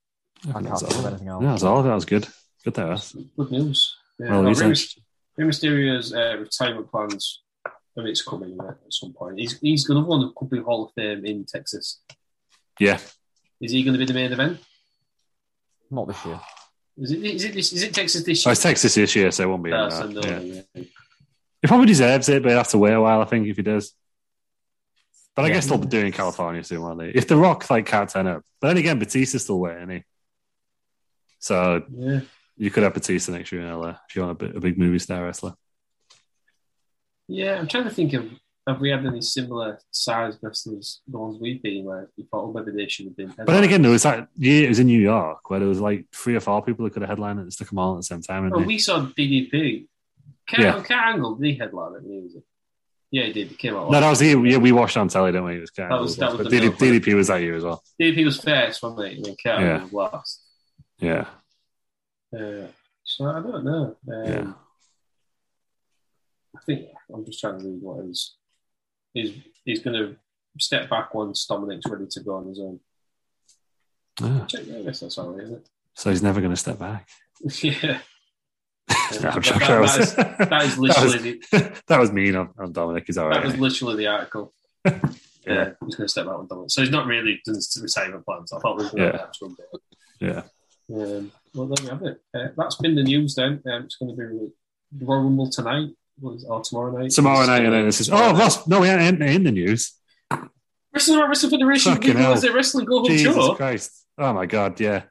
S3: I can't think of anything
S4: that
S3: else.
S4: was all. That was good. Good there. Us.
S2: Good news. Yeah,
S4: Well,
S2: no,
S4: he's
S2: Rey
S4: in.
S2: Myster- Rey Mysterio's uh, retirement plans. I mean, it's coming uh, at some point. He's he's going to win the Company Hall of Fame in Texas.
S4: Yeah,
S2: Is he going to be the main event?
S3: Not this year.
S2: Is it is it, is it Texas this
S4: oh,
S2: year?
S4: it's Texas this year, so it won't be. in
S2: Yeah,
S4: that.
S2: so no,
S4: Yeah.
S2: yeah.
S4: He probably deserves it, but he'll have to wait a while, I think, if he does. But I
S3: Yeah.
S4: guess they'll be doing California soon, won't they? If The Rock like can't turn up. But then again, Batista's still waiting, isn't he? So
S2: Yeah.
S4: you could have Batista next year in LA if you want a, bi- a big movie star wrestler.
S2: Yeah, I'm trying to think of have we had any similar size wrestlers, the ones we've been where we thought, oh, maybe they should have been.
S4: But then again, there was that year it was in New York where there was like three or four people who could have headlined and stuck them all at the same time.
S2: oh,
S4: didn't they?
S2: we saw DDP. Kurt,
S4: Yeah.
S2: Kurt Angle, the headline, it was it? Yeah, he did. He came out.
S4: No, that was the year yeah, we watched on telly, didn't we? It was kind
S2: That
S4: of
S2: was- that was
S4: but
S2: the
S4: DD-
S2: Milk one.
S4: DDP was that year as well.
S2: DDP was first, wasn't he? And then Kurt
S4: Yeah.
S2: Angle was last.
S4: Yeah,
S2: Uh, so I don't know. Um,
S4: yeah.
S2: I think I'm just trying to read what is. He's he's going to step back once Dominic's ready to go on his own.
S4: Ah,
S2: Check, I guess that's all right, isn't
S4: so he's never going to step back.
S2: it? yeah.
S4: No, I'm
S2: That-
S4: shocked.
S2: that-
S4: I was-
S2: that that is literally
S4: that was mean on, on Dominic. He's all
S2: That was
S4: right.
S2: literally the article.
S4: Yeah.
S2: yeah, he's going to step out on Dominic. So he's not really done his retirement plans. I thought we were going
S4: Yeah.
S2: to actual bit.
S4: Yeah.
S2: Um, well, there we have it. Uh, that's been the news then. Um, it's going to be the Royal Rumble tonight what is it, or tomorrow night.
S4: Tomorrow night, and then this is oh Ross. No, we aren't in, in the news.
S2: Wrestling Around Wrestling Federation,
S4: Fucking
S2: people
S4: hell.
S2: is their wrestling go home
S4: Jesus
S2: show.
S4: Christ! Oh my God! Yeah,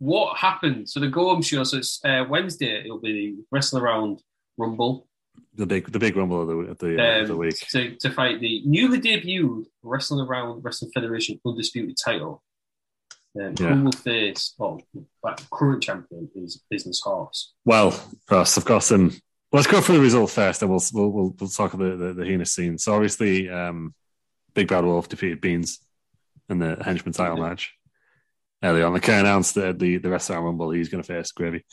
S2: What happened? So the go home show, so it's uh, Wednesday, it'll be the Wrestling Around Rumble
S4: the big the big rumble of the of the, uh, of the
S2: um,
S4: week.
S2: To, to fight the newly debuted Wrestling Around Wrestling Federation Undisputed title. Um,
S4: Yeah.
S2: Who will face, well, like, current champion is Business Horse.
S4: Well, Ross, I've got some. Let's go through the result first, and we'll we'll we'll, we'll talk about the, the, the heinous scene. So obviously, um, Big Brad Wolf defeated Beans in the Henchman title
S2: Yeah.
S4: match early on. The Kerr announced that the the rest of our rumble he's going to face Gravy.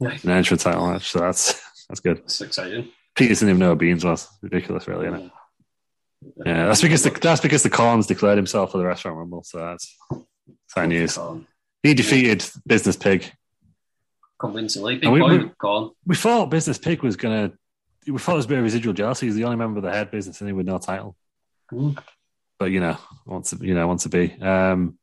S2: Nice.
S4: an entrance title match. So that's that's good.
S2: That's exciting. Um,
S4: Pete doesn't even know who Beans was. Ridiculous, really, isn't it? Yeah, that's because the that's because the Collins declared himself for the restaurant rumble. So that's fine news. He defeated Business Pig.
S2: Convincingly.
S4: Are
S2: Big
S4: we-
S2: boy
S4: we-
S2: with corn.
S4: We thought Business Pig was gonna. We thought it was a bit of residual jealousy. He's the only member of the head business, and he with no title.
S2: Mm.
S4: But you know, wants to you know wants to be. Um,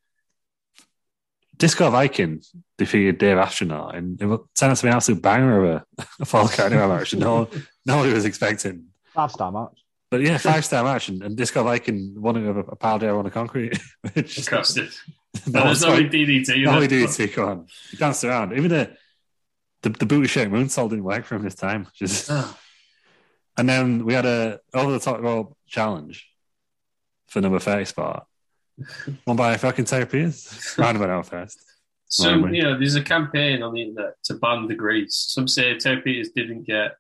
S4: Disco Viking defeated Dave Astronaut, and it turned out to be an absolute banger of a, a fall card match. No, nobody was expecting.
S3: Five star match.
S4: But yeah, five star match, and, and Disco Viking won it with a, a pile down on the concrete. which
S2: Of
S4: is-
S2: course it is.
S4: that
S2: And
S4: was
S2: There's no
S4: quite-
S2: DDT. in
S4: no,
S2: it.
S4: we do too. Come on, he danced around. Even the the, the booty shake moonsault didn't work for him this time. which is-
S2: Ah,
S4: and then we had a over the top rope challenge for number thirty spot, won by fucking Terry Pierce. Round about out first.
S2: Some,
S4: Right.
S2: you know, there's a campaign on the internet to ban the grease. Some say Terry Peters didn't get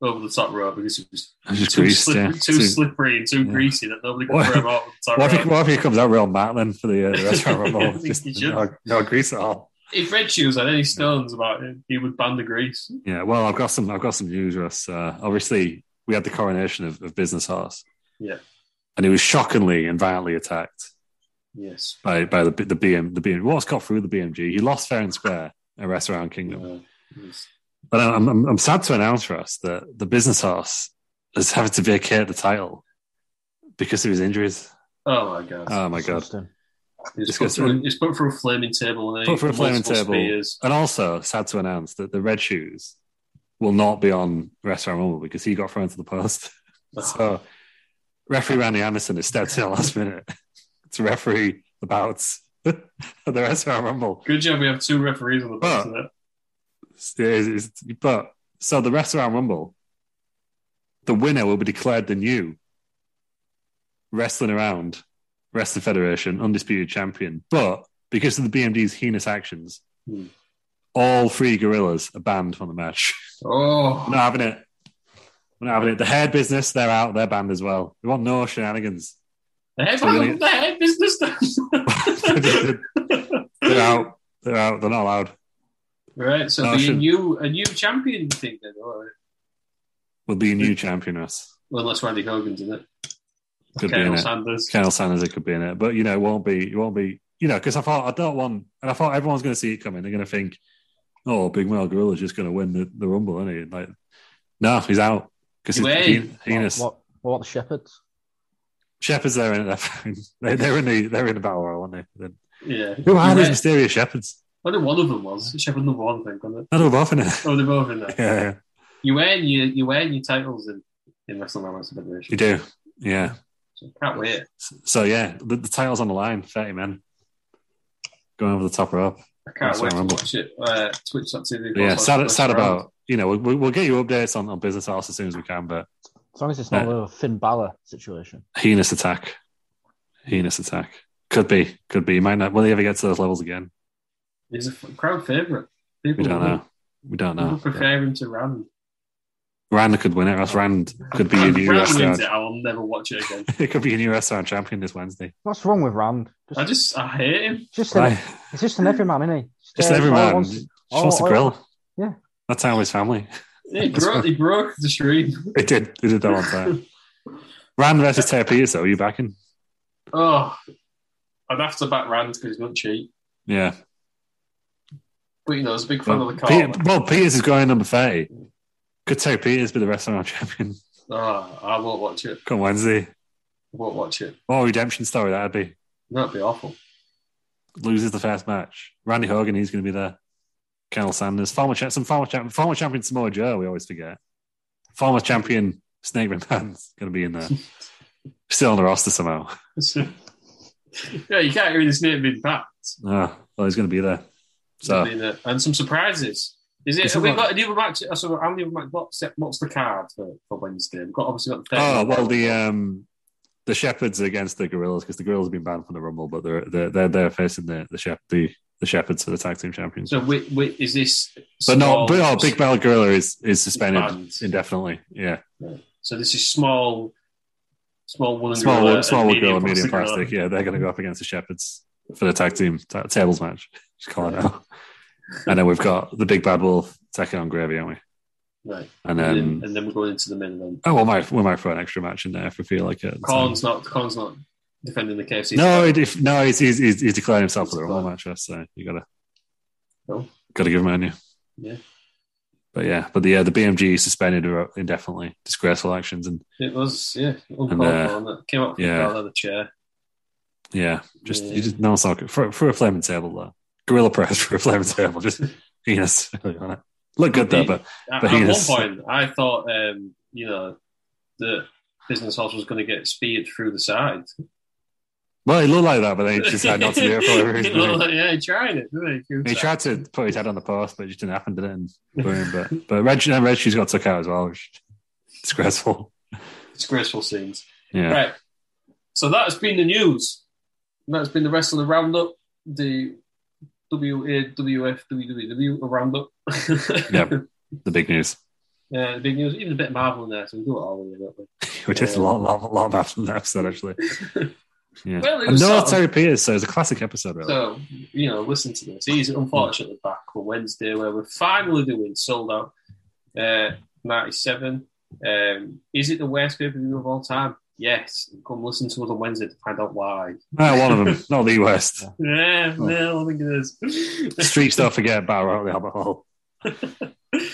S2: over the top rope because it was
S4: Just
S2: too,
S4: greased,
S2: slippery,
S4: yeah.
S2: too,
S4: Too-
S2: slippery and too
S4: yeah.
S2: greasy that nobody could
S4: What-
S2: throw him out of the top
S4: What if,
S2: rope.
S4: he, what if he comes out real Matlin for the, uh, the restaurant
S2: I
S4: rumble?
S2: think
S4: Just
S2: he should.
S4: no, no grease at all.
S2: if Red Shoes had any stones about it, he would ban the grease.
S4: Yeah, well, I've got some. I've got some news, Russ. Uh, obviously, we had the coronation of, of Business Horse.
S2: Yeah.
S4: and he was shockingly and violently attacked
S2: Yes.
S4: by by the the BM the BM. What's got through the BMG? He lost fair and square at Restaurant Kingdom.
S2: Uh, yes.
S4: But I'm, I'm I'm sad to announce for us that the Business Horse is having to vacate the title because of his injuries.
S2: Oh my god.
S4: Oh my god!
S3: Disgusting.
S2: He's put,
S4: disgusting.
S2: through, he's put through a flaming table and then
S4: Put for a flaming
S2: multiple
S4: table,
S2: spears.
S4: and also sad to announce that the Red Shoes will not be on Restaurant Rumble because he got thrown to the post. So referee Randy Anderson has stepped in the last minute to referee the bouts at the SR Rumble.
S2: Good job we have two referees on the
S4: Huh.
S2: back of it.
S4: It is- it's- But so the restaurant rumble, the winner will be declared the new wrestling around wrestling federation undisputed champion. But because of the BMD's heinous actions,
S2: Hmm.
S4: all three gorillas are banned from the match.
S2: Oh,
S4: We're not having it. We're not having it. The hair business, they're out. They're banned as well. We want no shenanigans.
S2: the head,
S4: So we're gonna-
S2: the head business.
S4: they're out. They're out. They're not allowed.
S2: right, so
S4: No, I
S2: be a
S4: shouldn't.
S2: new a new champion thing then, all right.
S4: We'll be a new championess.
S2: Well, unless Randy Hogan's in it.
S4: Could be
S2: Colonel
S4: in it.
S2: Sanders.
S4: Colonel Sanders, it could be in it, but you know, it won't be. It won't be. You know, because I thought I don't want, and I thought everyone's going to see it coming. They're going to think, "Oh, Big Mel Gorilla's just going to win the, the Rumble," isn't he? Like, no, he's out because he's
S2: Wait.
S4: he, heinous.
S3: What, what, what the shepherds?
S4: Shepherds, they're in it. They're, they're in the they're in the battle royal, aren't they?
S2: Yeah.
S4: Who are these
S2: Yeah.
S4: mysterious shepherds?
S2: I think one of them was. Shepard number one, I think, wasn't it?
S4: No, they're both in it.
S2: Oh, they're both in there.
S4: Yeah, yeah,
S2: You earn your you earn your titles in, in WrestleMania Federation.
S4: you do. Yeah.
S2: So can't wait.
S4: So yeah, the, the title's on the line. Thirty men going over the top rope.
S2: I can't
S4: That's
S2: wait to
S4: horrible.
S2: watch it. Uh, Twitch.tv.
S4: But yeah, sad,
S2: What's
S4: sad
S2: around?
S4: about you know. We'll, we'll get you updates on, on business house as soon as we can, but.
S3: As long as it's not
S4: Yeah.
S3: a Finn Balor situation.
S4: heinous attack. Heinous attack. Could be. Could be. He might not. Will he ever get to those levels again?
S2: He's a f- crowd favourite.
S4: We
S2: People
S4: don't know. We don't
S2: People
S4: know.
S2: prefer him to Rand.
S4: Rand could win it. That's Rand could be a
S2: Rand,
S4: new
S2: Rand wins
S4: restaurant.
S2: it. I will never watch it again.
S4: It could be a new restaurant champion this Wednesday.
S3: What's wrong with Rand?
S2: I just I hate him.
S3: just an,
S4: Why?
S3: it's just an everyman, isn't he?
S4: Just
S3: uh,
S4: every
S3: all he
S4: man.
S3: wants-
S4: Just
S3: all-
S4: wants to
S3: all-
S4: grill.
S3: yeah.
S4: That's how his family.
S2: He broke, he broke the stream.
S4: It did. It did that one time. Rand versus Terry Peters, though. Are you backing?
S2: Oh, I'd have to back Rand because he's not cheap.
S4: Yeah.
S2: But you know, he's a big fan
S4: Well,
S2: of the car.
S4: Pe- well, Peters is going number 30. Could Terry Peters be the restaurant champion
S2: Oh, I won't watch it.
S4: come Wednesday?
S2: I won't watch it.
S4: What a redemption story that'd be.
S2: That'd be awful.
S4: loses the first match. Randy Hogan, he's going to be there. Colonel Sanders, former cha- some former champion, former champion Samoa Joe. We always forget. Former champion Snake McMahon's going to be in there. Still on the roster somehow.
S2: yeah, you can't hear this name being packed.
S4: Oh, well, he's going to be there. So
S2: Been there. uh, and some surprises. Is it?
S4: Is
S2: Have
S4: it
S2: we
S4: what-
S2: got another match? uh, So how many match? What's, what's the card for, for Wednesday? We've got obviously got the
S4: Oh well, the um, the Shepherds against the Gorillas because the Gorillas have been banned from the Rumble, but they're they're they're, they're facing the the, shep, the the Shepherds for the tag team champions.
S2: So we, we, is this?
S4: but
S2: small-
S4: no, but, oh, Big Bell Gorilla is is suspended
S2: Banned.
S4: indefinitely. Yeah,
S2: So this is small, small woolen
S4: small
S2: gorilla,
S4: one, small
S2: and
S4: one girl, medium
S2: plastic
S4: plastic. Yeah, they're going to go up against the Shepherds for the tag team ta- tables match. Just call it out. and then we've got the big bad wolf taking on Gravy, aren't we?
S2: Right. And
S4: And then
S2: then, and then we're going into the main event.
S4: oh, we might we might throw an extra match in there if we feel like it. at the time.
S2: Corn's not Corn's not defending the KFC.
S4: No,
S2: title.
S4: it, if, no, he's, he's, he's, he's declared himself for the
S2: He's
S4: Rumble
S2: declared.
S4: match, so you gotta
S2: Cool.
S4: gotta give him a new.
S2: Oh. Yeah.
S4: But yeah, but the uh, the BMG suspended her indefinitely, disgraceful actions, and
S2: It was, yeah, uncalled
S4: And, uh,
S2: for. and it came out from
S4: yeah.
S2: out of the chair.
S4: yeah, just
S2: Yeah.
S4: you just no socket for for a flaming table though. Gorilla press for a flaming table, just penis on it. Look good though, but
S2: At, at
S4: But
S2: one
S4: yes.
S2: point, I thought, um, you know, the business house was going to get speared through the side.
S4: well, he looked like that, but they decided not to do it for whatever
S2: It looked
S4: reason.
S2: like- yeah, he tried it, didn't he? Few
S4: He
S2: times.
S4: tried to put his head on the post, but it just didn't happen, did it? And boom, but but Reg, and Reg, she's got took out as well. which is Disgraceful.
S2: Disgraceful scenes.
S4: Yeah.
S2: Right. So that's been the news. That's been the wrestling roundup. The WAWF, WWW roundup.
S4: Yep. The big news.
S2: Yeah, the big news. Even a bit of Marvel in there, so we do it all the way, don't we?
S4: We did a
S2: Yeah.
S4: lot, lot, lot of that from that episode, actually. Yeah.
S2: Well, it
S4: and
S2: was
S4: no
S2: sort of-
S4: Terry Peters, so it's a classic episode, really.
S2: So, you know, listen to this. He's unfortunately back for Wednesday, where we're finally doing sold out uh, 97. Um, is it the worst pay per view of all time? Yes. Come listen to us on Wednesday to find out why.
S4: Ah, one of them, not the worst.
S2: Yeah, no, I think it is.
S4: Streets don't forget Barrow at the Albert Hall.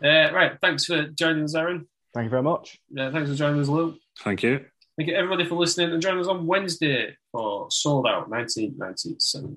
S2: Uh, right. Thanks for joining us, Aaron.
S3: Thank you very much.
S2: Uh, thanks for joining us, Lou.
S4: Thank you.
S2: Thank you, everybody, for listening and join us on Wednesday for Sold Out 1997.